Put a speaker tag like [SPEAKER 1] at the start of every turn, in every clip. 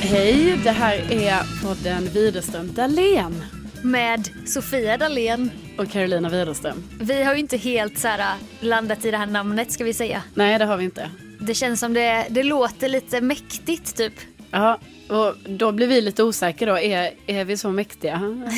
[SPEAKER 1] Hej, det här är podden Widerström Dahlén
[SPEAKER 2] med Sofia Dalén.
[SPEAKER 1] och Carolina Widerström.
[SPEAKER 2] Vi har ju inte helt så här, äh, landat i det här namnet ska vi säga.
[SPEAKER 1] Nej, det har vi inte.
[SPEAKER 2] Det känns som det, det låter lite mäktigt typ.
[SPEAKER 1] Ja, och då blir vi lite osäkra då. Är, är vi så mäktiga?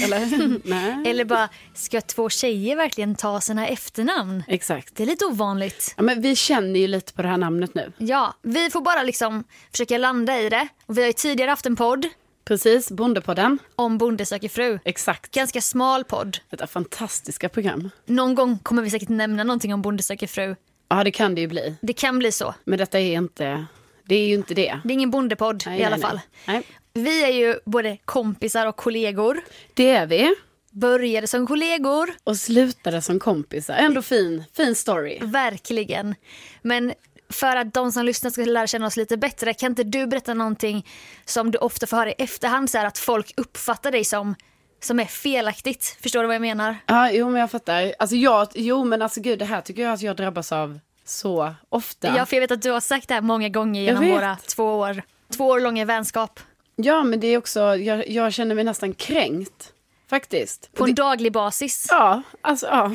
[SPEAKER 1] Eller? Nej.
[SPEAKER 2] Eller bara, ska två tjejer verkligen ta sina efternamn?
[SPEAKER 1] Exakt.
[SPEAKER 2] Det är lite ovanligt.
[SPEAKER 1] Ja, men vi känner ju lite på det här namnet nu.
[SPEAKER 2] Ja, vi får bara liksom försöka landa i det. Och vi har ju tidigare haft en podd
[SPEAKER 1] Precis, Bondepodden.
[SPEAKER 2] om Bonde söker fru.
[SPEAKER 1] Exakt.
[SPEAKER 2] Ganska smal podd.
[SPEAKER 1] Detta fantastiska program.
[SPEAKER 2] Någon gång kommer vi säkert nämna någonting om Bonde söker fru.
[SPEAKER 1] Ja, det kan det ju bli.
[SPEAKER 2] Det kan bli så.
[SPEAKER 1] Men detta är inte... Det är ju inte det.
[SPEAKER 2] Det är ingen bondepodd
[SPEAKER 1] Nej,
[SPEAKER 2] i alla
[SPEAKER 1] nej,
[SPEAKER 2] fall.
[SPEAKER 1] Nej. Nej.
[SPEAKER 2] Vi är ju både kompisar och kollegor.
[SPEAKER 1] Det är vi.
[SPEAKER 2] Började som kollegor,
[SPEAKER 1] Och slutade som kompisar. Ändå fin, fin story.
[SPEAKER 2] verkligen. Men för att de som lyssnar ska lära känna oss lite bättre, kan inte du berätta någonting som du ofta får höra i efterhand, så här att folk uppfattar dig som, som är felaktigt? Förstår du vad jag menar?
[SPEAKER 1] Ja, jo men jag fattar. Alltså jag, jo men alltså gud det här tycker jag att jag drabbas av så ofta.
[SPEAKER 2] Ja, för jag vet att du har sagt det här många gånger genom
[SPEAKER 1] vet.
[SPEAKER 2] våra två år, två år långa vänskap.
[SPEAKER 1] Ja men det är också, jag, jag känner mig nästan kränkt. Faktiskt.
[SPEAKER 2] På en daglig basis.
[SPEAKER 1] Ja, alltså ja.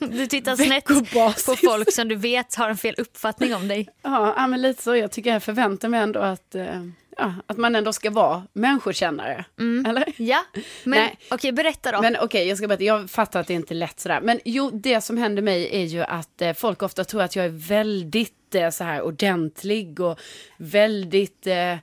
[SPEAKER 2] Du tittar snett
[SPEAKER 1] Veckobasis.
[SPEAKER 2] på folk som du vet har en fel uppfattning om dig.
[SPEAKER 1] Ja, ja men lite så. Jag tycker jag förväntar mig ändå att, eh, ja, att man ändå ska vara människokännare.
[SPEAKER 2] Mm.
[SPEAKER 1] Eller?
[SPEAKER 2] Ja, men
[SPEAKER 1] Nej.
[SPEAKER 2] okej berätta då.
[SPEAKER 1] Men okej, jag ska berätta. Jag fattar att det inte är lätt sådär. Men jo, det som händer mig är ju att eh, folk ofta tror att jag är väldigt eh, så här ordentlig och väldigt eh,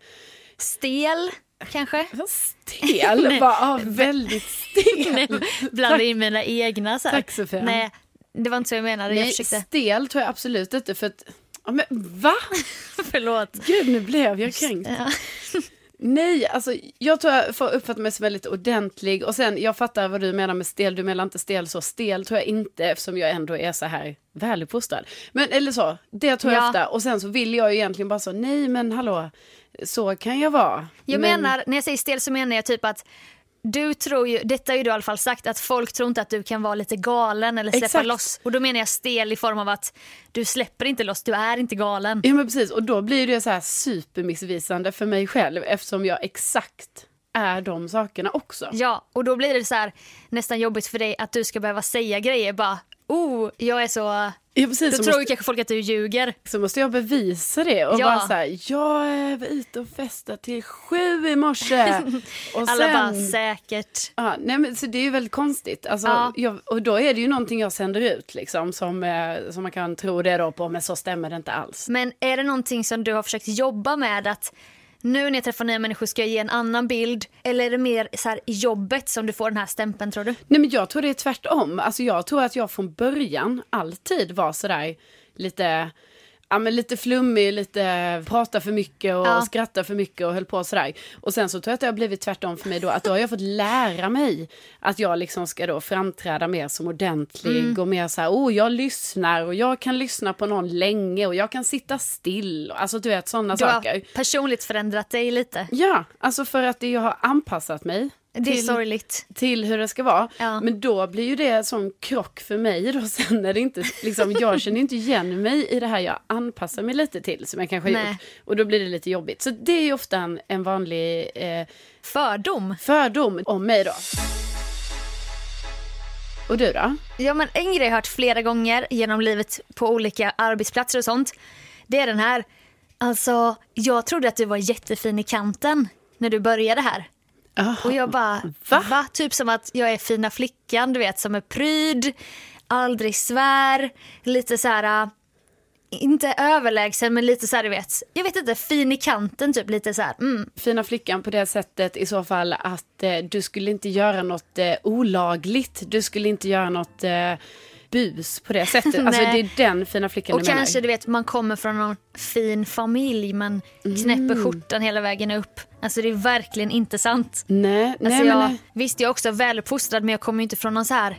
[SPEAKER 2] Stel kanske?
[SPEAKER 1] stel. Bara, ja, väldigt stel.
[SPEAKER 2] Blanda in mina egna så här.
[SPEAKER 1] Tack, Sofia.
[SPEAKER 2] Nej, det var inte så jag menade. Jag försökte.
[SPEAKER 1] stel tror jag absolut inte för att, ja, men va?
[SPEAKER 2] Förlåt.
[SPEAKER 1] Gud nu blev jag kränkt.
[SPEAKER 2] Ja.
[SPEAKER 1] Nej, alltså jag tror jag får uppfatta mig som väldigt ordentlig och sen jag fattar vad du menar med stel, du menar inte stel så, stel tror jag inte eftersom jag ändå är så här väluppfostrad. Men eller så, det tror jag
[SPEAKER 2] Ja.
[SPEAKER 1] ofta och sen så vill jag ju egentligen bara så, nej men hallå, så kan jag vara.
[SPEAKER 2] Jag
[SPEAKER 1] men,
[SPEAKER 2] menar, när jag säger stel så menar jag typ att du tror ju, detta har ju du i alla fall sagt, att folk tror inte att du kan vara lite galen eller släppa
[SPEAKER 1] Exakt.
[SPEAKER 2] loss. Och då menar jag stel i form av att du släpper inte loss, du är inte galen.
[SPEAKER 1] Ja men precis, och då blir det så här supermissvisande för mig själv eftersom jag exakt är de sakerna också.
[SPEAKER 2] Ja, och då blir det så här nästan jobbigt för dig att du ska behöva säga grejer bara, oh, jag är så...
[SPEAKER 1] Ja, precis,
[SPEAKER 2] Då
[SPEAKER 1] så
[SPEAKER 2] tror
[SPEAKER 1] måste-
[SPEAKER 2] ju kanske folk att du ljuger.
[SPEAKER 1] så måste jag bevisa det och
[SPEAKER 2] Ja.
[SPEAKER 1] bara så här, jag var ute och festade till sju i morse. Och
[SPEAKER 2] Alla
[SPEAKER 1] sen,
[SPEAKER 2] bara säkert.
[SPEAKER 1] ja, nej men så det är ju väldigt konstigt. Alltså,
[SPEAKER 2] Ja.
[SPEAKER 1] jag, och då är det ju någonting jag sänder ut liksom som, eh, som man kan tro det då på, men så stämmer det inte alls.
[SPEAKER 2] Men är det någonting som du har försökt jobba med att nu när jag träffar nya människor ska jag ge en annan bild? Eller är det mer så här i jobbet som du får den här stämpeln tror du?
[SPEAKER 1] Nej men jag tror det är tvärtom. Alltså jag tror att jag från början alltid var sådär lite, ja men lite flummig, lite prata för mycket och
[SPEAKER 2] Ja.
[SPEAKER 1] skratta för mycket och höll på sådär. Och sen så tror jag att det har blivit tvärtom för mig då, att då har jag fått lära mig att jag liksom ska då framträda mer som ordentlig
[SPEAKER 2] Mm.
[SPEAKER 1] och mer såhär, oh jag lyssnar och jag kan lyssna på någon länge och jag kan sitta still. Alltså du vet sådana
[SPEAKER 2] Du
[SPEAKER 1] saker.
[SPEAKER 2] har personligt förändrat dig lite.
[SPEAKER 1] Ja, alltså för att det- jag har anpassat mig.
[SPEAKER 2] Det är
[SPEAKER 1] till-
[SPEAKER 2] sorgligt.
[SPEAKER 1] till hur det ska vara.
[SPEAKER 2] Ja.
[SPEAKER 1] Men då blir ju det en sån krock för mig då sen när det inte, liksom, jag känner inte igen mig i det här jag anpassar mig lite till som jag kanske har
[SPEAKER 2] Nej.
[SPEAKER 1] gjort. Och då blir det lite jobbigt. Så det är ju ofta en, en vanlig eh,
[SPEAKER 2] Fördom.
[SPEAKER 1] fördom om mig då. Och du då?
[SPEAKER 2] Ja, men en grej jag har hört flera gånger genom livet på olika arbetsplatser och sånt. Det är den här. Alltså, jag trodde att du var jättefin i kanten när du började här. Och jag bara,
[SPEAKER 1] Va?
[SPEAKER 2] va? Typ som att jag är fina flickan, du vet, som är pryd, aldrig svär, lite så här, äh, inte överlägsen men lite så här, du vet, jag vet inte, fin i kanten typ, lite så här, mm.
[SPEAKER 1] Fina flickan på det sättet i så fall att eh, du skulle inte göra något eh, olagligt. Du skulle inte göra något eh, bus på det sättet. Alltså det
[SPEAKER 2] Nej.
[SPEAKER 1] är den fina flickan
[SPEAKER 2] Och
[SPEAKER 1] du
[SPEAKER 2] kanske
[SPEAKER 1] menar.
[SPEAKER 2] du vet, man kommer från någon fin familj men knäpper skjortan hela vägen upp. Alltså det är verkligen inte sant.
[SPEAKER 1] Nej, nej
[SPEAKER 2] Alltså
[SPEAKER 1] men
[SPEAKER 2] jag,
[SPEAKER 1] nej.
[SPEAKER 2] visst, jag är också väluppfostrad men jag kommer ju inte från någon så här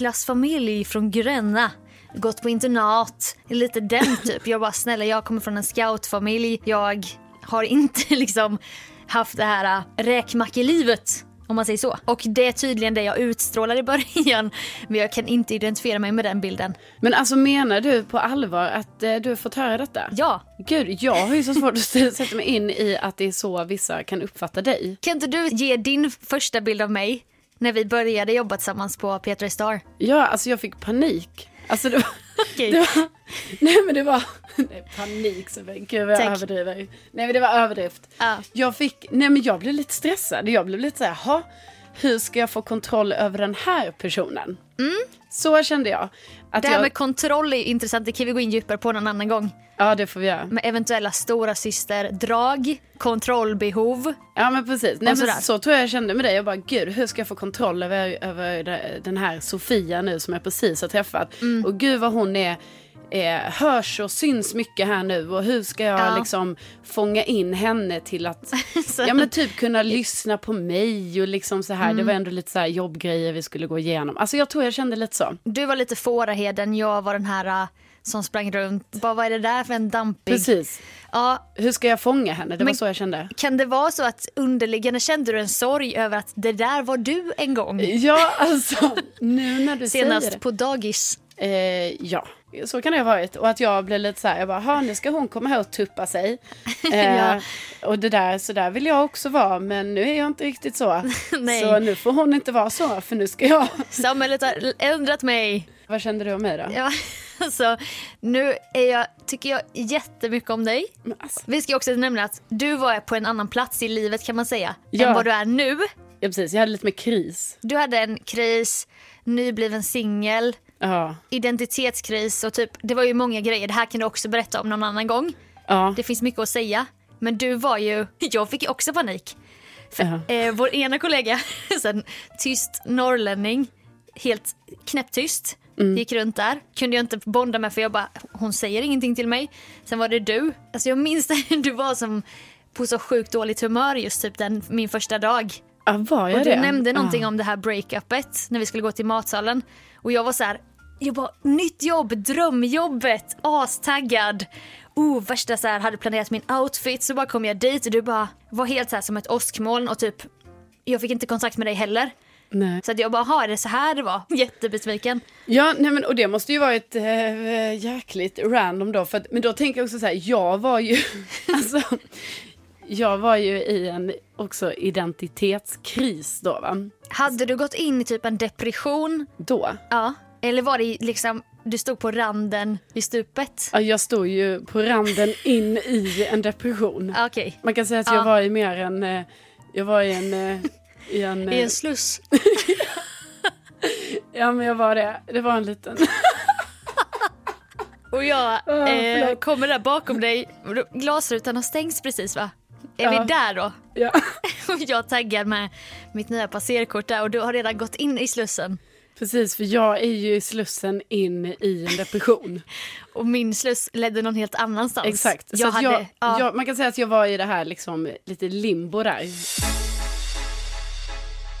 [SPEAKER 2] överklassfamilj från Gränna. Gått på internat, lite den typ. Jag bara snälla jag kommer från en scoutfamilj. Jag har inte liksom haft det här äh, räkmackelivet Om man säger så. Och det är tydligen det jag utstrålar i början. Men jag kan inte identifiera mig med den bilden.
[SPEAKER 1] Men alltså menar du på allvar att eh, du har fått höra detta?
[SPEAKER 2] Ja.
[SPEAKER 1] Gud, jag har ju så svårt att s- sätta mig in i att det är så vissa kan uppfatta dig.
[SPEAKER 2] Kan inte du ge din första bild av mig när vi började jobba tillsammans på Petra Star?
[SPEAKER 1] Ja, alltså jag fick panik. Alltså det var...
[SPEAKER 2] Okej.
[SPEAKER 1] Det var nej men det var... Nej, panik så gud vad jag
[SPEAKER 2] Tack.
[SPEAKER 1] överdriver. Nej men det var överdrift.
[SPEAKER 2] Ja.
[SPEAKER 1] Jag fick... Nej men jag blev lite stressad. Jag blev lite så här, "Ha, hur ska jag få kontroll över den här personen? Så kände jag. Att
[SPEAKER 2] Mm. Det här
[SPEAKER 1] jag...
[SPEAKER 2] med kontroll är ju intressant, det kan vi gå in djupare på någon annan gång.
[SPEAKER 1] Ja det får vi göra.
[SPEAKER 2] Med eventuella stora syster, drag, kontrollbehov.
[SPEAKER 1] Ja men precis. Nej,
[SPEAKER 2] Och
[SPEAKER 1] men
[SPEAKER 2] sådär.
[SPEAKER 1] så tror jag jag kände med dig. Jag bara gud hur ska jag få kontroll över, över de- den här Sofia nu som jag precis har träffat.
[SPEAKER 2] Mm.
[SPEAKER 1] Och gud vad hon är, eh, hörs och syns mycket här nu. Och hur ska jag
[SPEAKER 2] Ja.
[SPEAKER 1] liksom fånga in henne till att
[SPEAKER 2] Så-
[SPEAKER 1] ja, men typ kunna lyssna på mig och liksom så här. Det
[SPEAKER 2] Mm.
[SPEAKER 1] var ändå lite så här jobbgrejer vi skulle gå igenom. Alltså jag tror jag kände lite så.
[SPEAKER 2] Du var lite fåraheden, jag var den här äh, som sprang runt. Bara, vad är det där för en dampig?
[SPEAKER 1] Precis.
[SPEAKER 2] Ja,
[SPEAKER 1] Hur ska jag fånga henne? Det var
[SPEAKER 2] Men-
[SPEAKER 1] så jag kände.
[SPEAKER 2] kan det vara så att underliggande kände du en sorg över att det där var du en gång?
[SPEAKER 1] Ja alltså nu när du säger det.
[SPEAKER 2] Senast på dagis.
[SPEAKER 1] Eh, ja, så kan det ha varit. Och att jag blev lite så här, jag bara, "Ha, nu ska hon komma här och tuppa sig. Eh,
[SPEAKER 2] Ja.
[SPEAKER 1] Och det där, så där vill jag också vara, men nu är jag inte riktigt så.
[SPEAKER 2] Nej.
[SPEAKER 1] Så nu får hon inte vara så, för nu ska jag...
[SPEAKER 2] Samhället har ändrat mig.
[SPEAKER 1] Vad kände du om mig då?
[SPEAKER 2] Ja, alltså, nu är jag, tycker jag jättemycket om dig.
[SPEAKER 1] Men alltså,
[SPEAKER 2] Vi ska också nämna att du var på en annan plats i livet kan man säga,
[SPEAKER 1] Ja.
[SPEAKER 2] än vad du är nu.
[SPEAKER 1] ja, precis, jag hade lite mer kris.
[SPEAKER 2] Du hade en kris, nybliven singel,
[SPEAKER 1] Ja,
[SPEAKER 2] identitetskris och typ, det var ju många grejer. Det här kan du också berätta om någon annan gång.
[SPEAKER 1] ja,
[SPEAKER 2] Det finns mycket att säga. Men du var ju, jag fick ju också panik.
[SPEAKER 1] ja.
[SPEAKER 2] Eh, vår ena kollega, så en tyst norrlänning, helt knäpptyst, gick runt där. Kunde jag inte bonda med för jag bara, hon säger ingenting till mig. Sen var det du. Alltså jag minns när du var som på så sjukt dåligt humör just typ den, min första dag.
[SPEAKER 1] ja var jag
[SPEAKER 2] Och du
[SPEAKER 1] det?
[SPEAKER 2] nämnde någonting
[SPEAKER 1] ja.
[SPEAKER 2] om det Ah. här breakupet när vi skulle gå till matsalen. Och jag var så här, jag bara nytt jobb, drömjobbet, astaggad. Oh, värsta så här, hade planerat min outfit så bara kom jag dit och du bara var helt så här som ett åskmoln och typ jag fick inte kontakt med dig heller.
[SPEAKER 1] Nej.
[SPEAKER 2] Så att jag bara, "Jaha, är det så här det var? Jättebesviken.
[SPEAKER 1] Ja, nej men, och det måste ju varit eh, jäkligt random då. För att, men då tänker jag också så här, jag var ju, alltså, jag var ju i en också identitetskris då va?
[SPEAKER 2] Hade du gått in i typ en depression?
[SPEAKER 1] Då.
[SPEAKER 2] Ja. Eller var det liksom, du stod på randen i stupet?
[SPEAKER 1] Ja, jag stod ju på randen in i en depression.
[SPEAKER 2] Ja, Ah, Okej.
[SPEAKER 1] Man kan säga att
[SPEAKER 2] Ja.
[SPEAKER 1] jag var i mer en, eh, jag var i en, eh, i en,
[SPEAKER 2] I
[SPEAKER 1] eh,
[SPEAKER 2] en sluss.
[SPEAKER 1] ja men jag var det, det var en liten,
[SPEAKER 2] Och jag
[SPEAKER 1] Ja,
[SPEAKER 2] eh,
[SPEAKER 1] Ah, förlåt.
[SPEAKER 2] kommer där bakom dig. Glasrutan har stängts precis va? Är
[SPEAKER 1] Ja.
[SPEAKER 2] vi där då?
[SPEAKER 1] ja.
[SPEAKER 2] Och jag taggar med mitt nya passerkort där och du har redan gått in i slussen.
[SPEAKER 1] Precis, för jag är ju i slussen in i en depression.
[SPEAKER 2] Och min sluss ledde någon helt annanstans.
[SPEAKER 1] Exakt.
[SPEAKER 2] Jag
[SPEAKER 1] så att
[SPEAKER 2] hade,
[SPEAKER 1] jag,
[SPEAKER 2] ja,
[SPEAKER 1] jag, man kan säga att jag var i det här liksom, lite limbo där.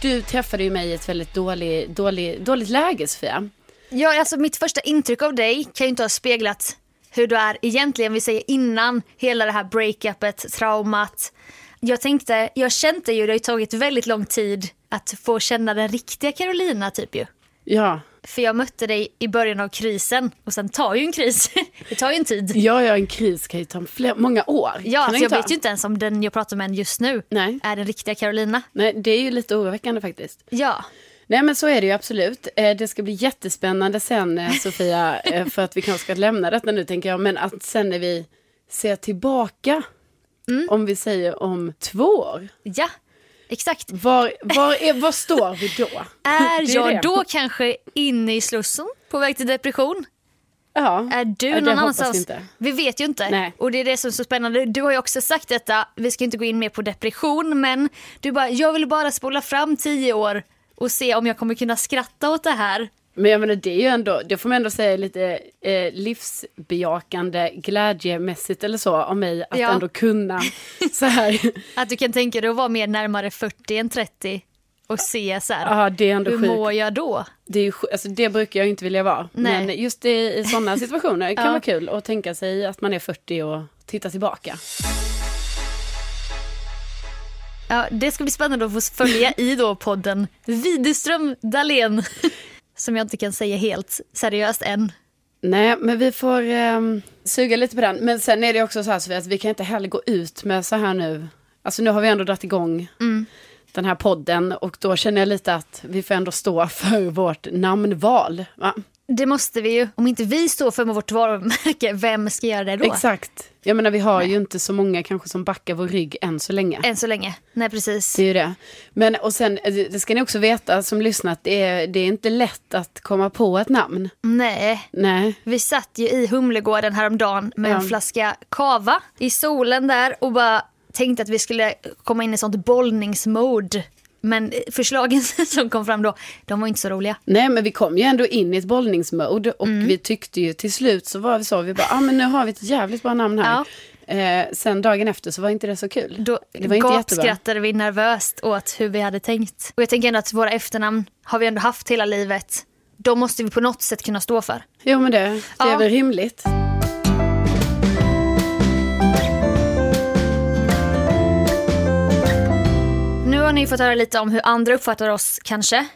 [SPEAKER 1] Du träffade ju mig i ett väldigt dålig, dålig, dåligt läge, Sofia.
[SPEAKER 2] Ja, alltså mitt första intryck av dig kan ju inte ha speglat hur du är egentligen. Vi säger innan hela det här breakupet, traumat. Jag tänkte, jag kände ju, det har ju tagit väldigt lång tid att få känna den riktiga Carolina typ ju.
[SPEAKER 1] Ja,
[SPEAKER 2] För jag mötte dig i början av krisen och sen tar ju en kris, det tar ju en tid.
[SPEAKER 1] jag och en kris kan ju ta fler, många år.
[SPEAKER 2] Ja,
[SPEAKER 1] kan
[SPEAKER 2] för
[SPEAKER 1] den
[SPEAKER 2] jag
[SPEAKER 1] ta?
[SPEAKER 2] vet ju inte ens om den jag pratar med just nu
[SPEAKER 1] Nej.
[SPEAKER 2] är den riktiga Carolina.
[SPEAKER 1] Nej, det är ju lite oroväckande faktiskt.
[SPEAKER 2] Ja,
[SPEAKER 1] Nej, men så är det ju absolut. Eh, Det ska bli jättespännande sen, eh, Sofia, eh, för att vi kanske ska lämna detta nu, tänker jag. Men att sen när vi ser tillbaka,
[SPEAKER 2] Mm.
[SPEAKER 1] om vi säger om två år,
[SPEAKER 2] ja, exakt.
[SPEAKER 1] var, var, är, var står vi då?
[SPEAKER 2] Är
[SPEAKER 1] Mm. Det är
[SPEAKER 2] jag
[SPEAKER 1] det.
[SPEAKER 2] då kanske inne i slussen på väg till depression?
[SPEAKER 1] Ja.
[SPEAKER 2] Är du
[SPEAKER 1] Ja, det
[SPEAKER 2] någon
[SPEAKER 1] hoppas
[SPEAKER 2] annanstans?
[SPEAKER 1] vi inte.
[SPEAKER 2] vi vet ju inte.
[SPEAKER 1] Nej.
[SPEAKER 2] Och det är det som är så spännande. Du har ju också sagt detta, vi ska inte gå in mer på depression, men du bara, jag vill bara spola fram tio år och se om jag kommer kunna skratta åt det här.
[SPEAKER 1] Men jag menar, det är ju ändå, det får man ändå säga är lite eh, livsbejakande, glädjemässigt eller så, av mig att
[SPEAKER 2] Ja.
[SPEAKER 1] ändå kunna så här.
[SPEAKER 2] Att du kan tänka dig att vara mer närmare 40 än 30 och se så här,
[SPEAKER 1] Ja, det är ändå
[SPEAKER 2] hur
[SPEAKER 1] sjukt.
[SPEAKER 2] mår jag då?
[SPEAKER 1] Det, är ju sj- alltså, det brukar jag ju inte vilja vara.
[SPEAKER 2] Nej.
[SPEAKER 1] Men just i, i sådana situationer kan
[SPEAKER 2] Ja.
[SPEAKER 1] vara kul att tänka sig att man är 40 och titta tillbaka.
[SPEAKER 2] Ja, det ska bli spännande att få följa i då podden Widerström Dahlén. Som jag inte kan säga helt seriöst än.
[SPEAKER 1] Nej, men vi får ehm, suga lite på den. Men sen är det också så här Sofia, att vi kan inte heller gå ut med så här nu. Alltså nu har vi ändå dragit igång den här podden och då känner jag lite att vi får ändå stå för vårt namnval. Va?
[SPEAKER 2] Det måste vi ju. Om inte vi står för med vårt varumärke, vem ska göra det då?
[SPEAKER 1] Exakt. Jag menar vi har ju inte så många kanske som backar vår rygg än så länge.
[SPEAKER 2] Än så länge. Nej, precis.
[SPEAKER 1] Det är ju det. Men och sen, eh, det ska ni också veta som lyssnat, det är, det är inte lätt att komma på ett namn.
[SPEAKER 2] Nej.
[SPEAKER 1] Nej.
[SPEAKER 2] Vi satt ju i Humlegården häromdagen med
[SPEAKER 1] Ja.
[SPEAKER 2] en flaska kava i solen där och bara tänkte att vi skulle komma in i sånt bollningsmode. Men förslagen som kom fram då, de var inte så roliga.
[SPEAKER 1] Nej, men vi kom ju ändå in i ett bollningsmode och
[SPEAKER 2] Mm.
[SPEAKER 1] vi tyckte ju till slut så var vi så, vi bara, ah, men nu har vi ett jävligt bra namn här. Eh, sen dagen efter så var inte det så kul.
[SPEAKER 2] Då
[SPEAKER 1] det var inte jättebra.
[SPEAKER 2] gapskrattade vi nervöst åt hur vi hade tänkt. Och jag tänker ändå att våra efternamn har vi ändå haft hela livet. De måste vi på något sätt kunna stå för.
[SPEAKER 1] Jo, men det, det är
[SPEAKER 2] Ja.
[SPEAKER 1] väl rimligt.
[SPEAKER 2] Nu har ni fått höra lite om hur andra uppfattar oss kanske.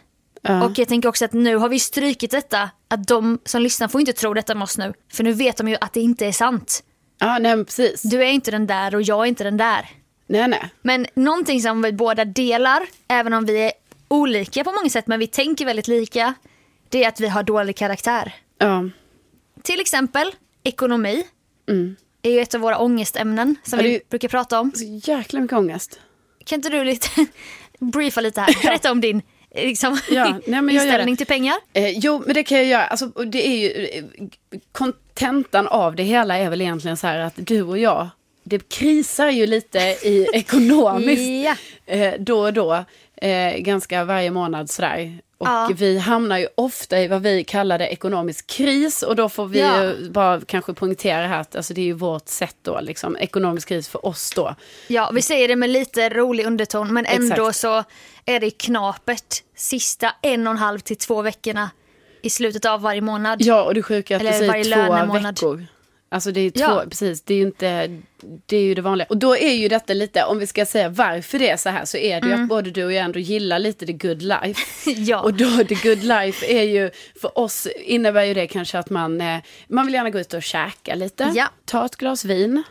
[SPEAKER 1] Ja.
[SPEAKER 2] Och jag tänker också att nu har vi strykit detta. Att de som lyssnar får inte tro detta med oss nu. För nu vet de ju att det inte är sant.
[SPEAKER 1] Ja, nej, men precis.
[SPEAKER 2] Du är inte den där och jag är inte den där.
[SPEAKER 1] Nej, nej.
[SPEAKER 2] Men någonting som vi båda delar, även om vi är olika på många sätt men vi tänker väldigt lika, det är att vi har dålig karaktär.
[SPEAKER 1] Ja.
[SPEAKER 2] Till exempel ekonomi
[SPEAKER 1] Mm.
[SPEAKER 2] är ju ett av våra ångestämnen som
[SPEAKER 1] Ja, det är
[SPEAKER 2] vi
[SPEAKER 1] ju-
[SPEAKER 2] brukar prata om.
[SPEAKER 1] Så jäkla mycket ångest.
[SPEAKER 2] Kan inte du lite briefa lite här? Berätta om din eh, liksom,
[SPEAKER 1] Ja, nej, men jag gör
[SPEAKER 2] inställning
[SPEAKER 1] det.
[SPEAKER 2] till pengar.
[SPEAKER 1] Eh, jo, men det kan jag göra. Alltså, och det är ju, eh, kontentan av det hela är väl egentligen så här att du och jag, det krisar ju lite i ekonomiskt
[SPEAKER 2] Ja.
[SPEAKER 1] eh, då och då, eh, ganska varje månad sådär. Och
[SPEAKER 2] Ja.
[SPEAKER 1] vi hamnar ju ofta i vad vi kallar det ekonomisk kris och då får vi
[SPEAKER 2] Ja.
[SPEAKER 1] ju bara kanske poängtera här att alltså, det är ju vårt sätt då, liksom, ekonomisk kris för oss då.
[SPEAKER 2] ja, vi säger det med lite rolig underton men ändå
[SPEAKER 1] Exakt.
[SPEAKER 2] så är det knapert sista en och en halv till två veckorna i slutet av varje månad.
[SPEAKER 1] Ja, och det sjuka är att
[SPEAKER 2] Eller
[SPEAKER 1] det säger
[SPEAKER 2] varje
[SPEAKER 1] två
[SPEAKER 2] lönemånad.
[SPEAKER 1] veckor. Alltså det är två,
[SPEAKER 2] Ja.
[SPEAKER 1] precis, det är ju inte, det är ju det vanliga. Och då är ju detta lite, om vi ska säga varför det är så här, så är det
[SPEAKER 2] Mm.
[SPEAKER 1] ju att både du och jag ändå gillar lite the good life.
[SPEAKER 2] Ja.
[SPEAKER 1] Och då, the good life är ju, för oss innebär ju det kanske att man, eh, man vill gärna gå ut och käka lite,
[SPEAKER 2] Ja. Mm.
[SPEAKER 1] ta ett glas vin,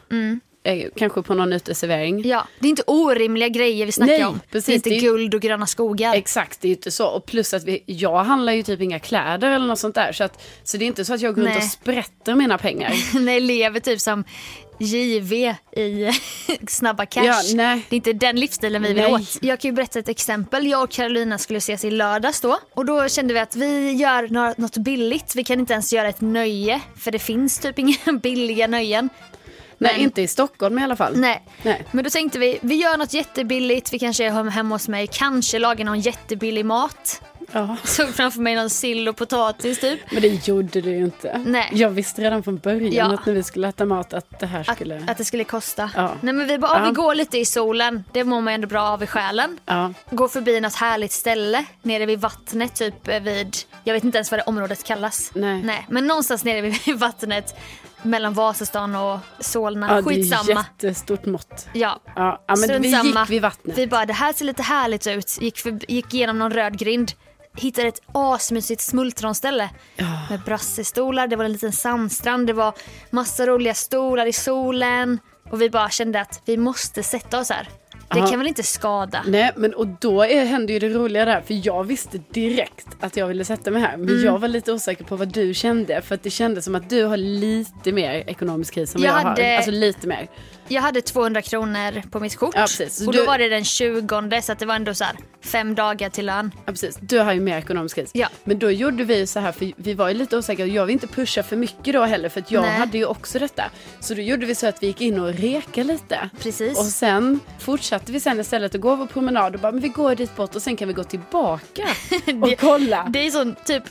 [SPEAKER 1] eh, kanske på någon uteservering.
[SPEAKER 2] Ja, det är inte orimliga grejer vi snackar
[SPEAKER 1] Nej,
[SPEAKER 2] om.
[SPEAKER 1] precis,
[SPEAKER 2] det är inte
[SPEAKER 1] det är-
[SPEAKER 2] guld och gröna skogar.
[SPEAKER 1] Exakt, det är ju inte så. Och plus att vi, jag handlar ju typ inga kläder eller något sånt där. Så, att, så det är inte så att jag går runt
[SPEAKER 2] Nej.
[SPEAKER 1] och sprätter mina pengar.
[SPEAKER 2] Nej, lever typ som JV i Snabba Cash.
[SPEAKER 1] Ja, nej.
[SPEAKER 2] Det är inte den livsstilen vi vill
[SPEAKER 1] Nej.
[SPEAKER 2] åt. Jag kan ju berätta ett exempel. Jag och Carolina skulle ses i lördags då. Och då kände vi att vi gör nå- något billigt. Vi kan inte ens göra ett nöje. För det finns typ inga billiga nöjen.
[SPEAKER 1] Nej,
[SPEAKER 2] Men-
[SPEAKER 1] inte i Stockholm i alla fall.
[SPEAKER 2] Nej.
[SPEAKER 1] Nej.
[SPEAKER 2] Men då tänkte vi, vi gör något jättebilligt. Vi kanske är hem- hemma hos mig. Kanske lagar någon jättebillig mat.
[SPEAKER 1] Ja.
[SPEAKER 2] Såg framför mig någon sill och potatis typ.
[SPEAKER 1] Men det gjorde du ju inte.
[SPEAKER 2] Nej.
[SPEAKER 1] Jag visste redan från början
[SPEAKER 2] Ja.
[SPEAKER 1] att när vi skulle äta mat att det här skulle...
[SPEAKER 2] Att, att det skulle kosta.
[SPEAKER 1] Ja.
[SPEAKER 2] Nej men vi bara, ja.
[SPEAKER 1] Ja.
[SPEAKER 2] vi går lite i solen. Det mår man ändå bra av i själen.
[SPEAKER 1] Ja.
[SPEAKER 2] Går förbi något härligt ställe nere vid vattnet, typ eh, vid, jag vet inte ens vad det området kallas.
[SPEAKER 1] Nej.
[SPEAKER 2] men någonstans nere vid vattnet mellan Vasastan och Solna.
[SPEAKER 1] ja, det är
[SPEAKER 2] Skitsamma.
[SPEAKER 1] jättestort mått.
[SPEAKER 2] Ja.
[SPEAKER 1] Ja, ja men
[SPEAKER 2] Strunt
[SPEAKER 1] vi
[SPEAKER 2] samma.
[SPEAKER 1] gick vid vattnet.
[SPEAKER 2] Vi bara, det här ser lite härligt ut. Gick, för, gick igenom någon röd grind. Hittade ett asmysigt smultronställe med brassestolar, det var en liten sandstrand, det var massa roliga stolar i solen. Och vi bara kände att vi måste sätta oss här. Det
[SPEAKER 1] Ja.
[SPEAKER 2] kan väl inte skada?
[SPEAKER 1] Nej, men och då är, hände ju det roliga där, för jag visste direkt att jag ville sätta mig här. Men
[SPEAKER 2] Mm.
[SPEAKER 1] jag var lite osäker på vad du kände, för att det kändes som att du har lite mer ekonomisk kris än vad
[SPEAKER 2] Jag
[SPEAKER 1] jag, har.
[SPEAKER 2] hade-
[SPEAKER 1] Alltså lite mer.
[SPEAKER 2] Jag hade 200 kronor på mitt kort
[SPEAKER 1] Ja, precis.
[SPEAKER 2] och då
[SPEAKER 1] Du-
[SPEAKER 2] var det den 20 så att det var ändå så här fem dagar till lön.
[SPEAKER 1] Ja, precis. Du har ju mer ekonomisk kris.
[SPEAKER 2] Ja.
[SPEAKER 1] Men då gjorde vi ju så här, för vi var ju lite osäkra. Jag vill inte pusha för mycket då heller, för att jag
[SPEAKER 2] Nej.
[SPEAKER 1] hade ju också detta. Så då gjorde vi så att vi gick in och reka lite.
[SPEAKER 2] Precis.
[SPEAKER 1] Och sen fortsatte vi sen istället att gå vår promenad och bara, men vi går dit bort och sen kan vi gå tillbaka och kolla.
[SPEAKER 2] Det är sån typ,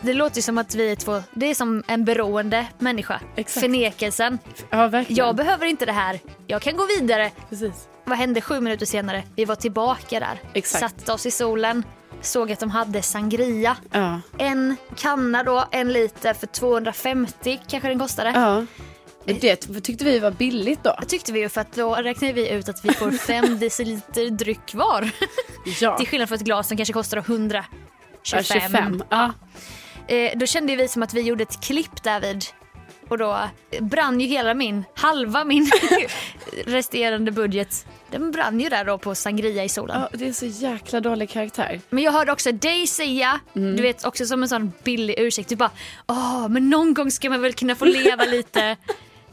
[SPEAKER 2] det låter ju som att vi är två, det är som en beroende människa.
[SPEAKER 1] Exakt.
[SPEAKER 2] Förnekelsen.
[SPEAKER 1] ja, verkligen.
[SPEAKER 2] Jag behöver inte det här, jag kan gå vidare.
[SPEAKER 1] Precis.
[SPEAKER 2] Vad hände sju minuter senare? Vi var tillbaka där.
[SPEAKER 1] Exakt.
[SPEAKER 2] Satte oss i solen, såg att de hade sangria.
[SPEAKER 1] Ja. Eh,
[SPEAKER 2] En kanna då, en liter för 250 kanske den kostade.
[SPEAKER 1] Ja. Och det tyckte vi var billigt då.
[SPEAKER 2] Det tyckte vi ju för att då räknade vi ut att vi får fem deciliter dryck var.
[SPEAKER 1] Ja,
[SPEAKER 2] Till skillnad från ett glas som kanske kostar 100.
[SPEAKER 1] Ja,
[SPEAKER 2] 25.
[SPEAKER 1] 25. Ja.
[SPEAKER 2] Eh, då kände ju vi som att vi gjorde ett klipp David. Och då brann ju hela min, halva min resterande budget. Den brann ju där då på sangria i solen.
[SPEAKER 1] ja, det är så jäkla dålig karaktär.
[SPEAKER 2] Men jag hörde också dig säga,
[SPEAKER 1] Mm.
[SPEAKER 2] du vet också som en sån billig ursäkt, du bara åh men någon gång ska man väl kunna få leva lite.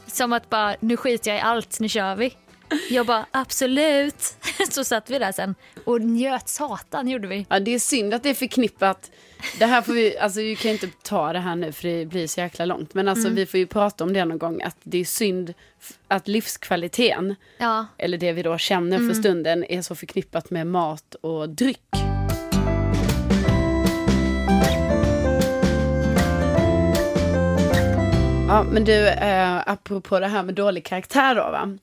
[SPEAKER 2] som att bara nu skiter jag i allt, nu kör vi. Jag bara absolut. Så satt vi där sen och njöt satan gjorde vi.
[SPEAKER 1] Ja, det är synd att det är förknippat. Det här får vi, alltså vi kan ju inte ta det här nu för det blir så jäkla långt. Men alltså vi får ju prata om det någon gång att det är synd f- att livskvaliteten,
[SPEAKER 2] Ja,
[SPEAKER 1] eller det vi då känner för stunden, är så förknippat med mat och dryck. Ja, men du, eh, apropå det här med dålig karaktär då va.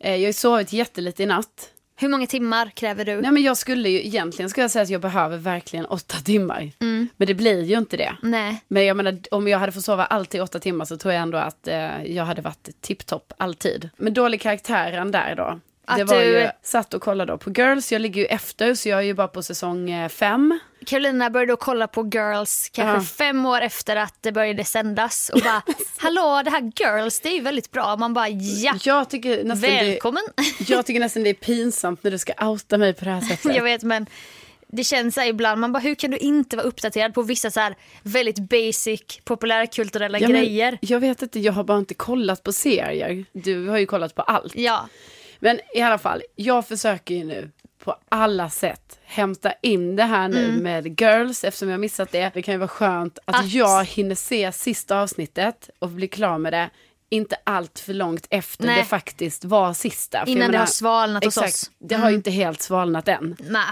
[SPEAKER 1] Eh, jag har ju sovit jättelite i natt.
[SPEAKER 2] hur många timmar kräver du?
[SPEAKER 1] Nej men jag skulle ju, egentligen skulle jag säga att jag behöver verkligen åtta timmar. Men det blir ju inte det.
[SPEAKER 2] Nej.
[SPEAKER 1] Men jag menar, om jag hade fått sova alltid åtta timmar så tror jag ändå att eh, jag hade varit tipptopp alltid. Men dålig karaktären där då.
[SPEAKER 2] Att
[SPEAKER 1] det var
[SPEAKER 2] du-
[SPEAKER 1] ju, satt och kollade då på Girls, jag ligger ju efter så jag är ju bara på säsong eh, fem.
[SPEAKER 2] Carolina började då kolla på Girls kanske
[SPEAKER 1] Ja.
[SPEAKER 2] fem år efter att det började sändas och bara hallå det här Girls det är ju väldigt bra. Man bara ja,
[SPEAKER 1] Jag tycker nästan, det,
[SPEAKER 2] välkommen.
[SPEAKER 1] jag tycker nästan det är pinsamt när du ska outa mig på det här sättet.
[SPEAKER 2] jag vet men det känns så här ibland, man bara hur kan du inte vara uppdaterad på vissa så här väldigt basic populärkulturella
[SPEAKER 1] Ja, men
[SPEAKER 2] grejer.
[SPEAKER 1] jag vet inte, jag har bara inte kollat på serier. Du har ju kollat på allt.
[SPEAKER 2] Ja,
[SPEAKER 1] Men i alla fall, jag försöker ju nu på alla sätt hämta in det här nu med Girls eftersom jag missat det. Det kan ju vara skönt att,
[SPEAKER 2] Mm. Att-
[SPEAKER 1] jag hinner se sista avsnittet och bli klar med det. Inte allt för långt efter
[SPEAKER 2] Nej.
[SPEAKER 1] det faktiskt var sista. För jag
[SPEAKER 2] Innan det har svalnat hos
[SPEAKER 1] exakt,
[SPEAKER 2] oss. Mm.
[SPEAKER 1] Det har ju inte helt svalnat än.
[SPEAKER 2] nej.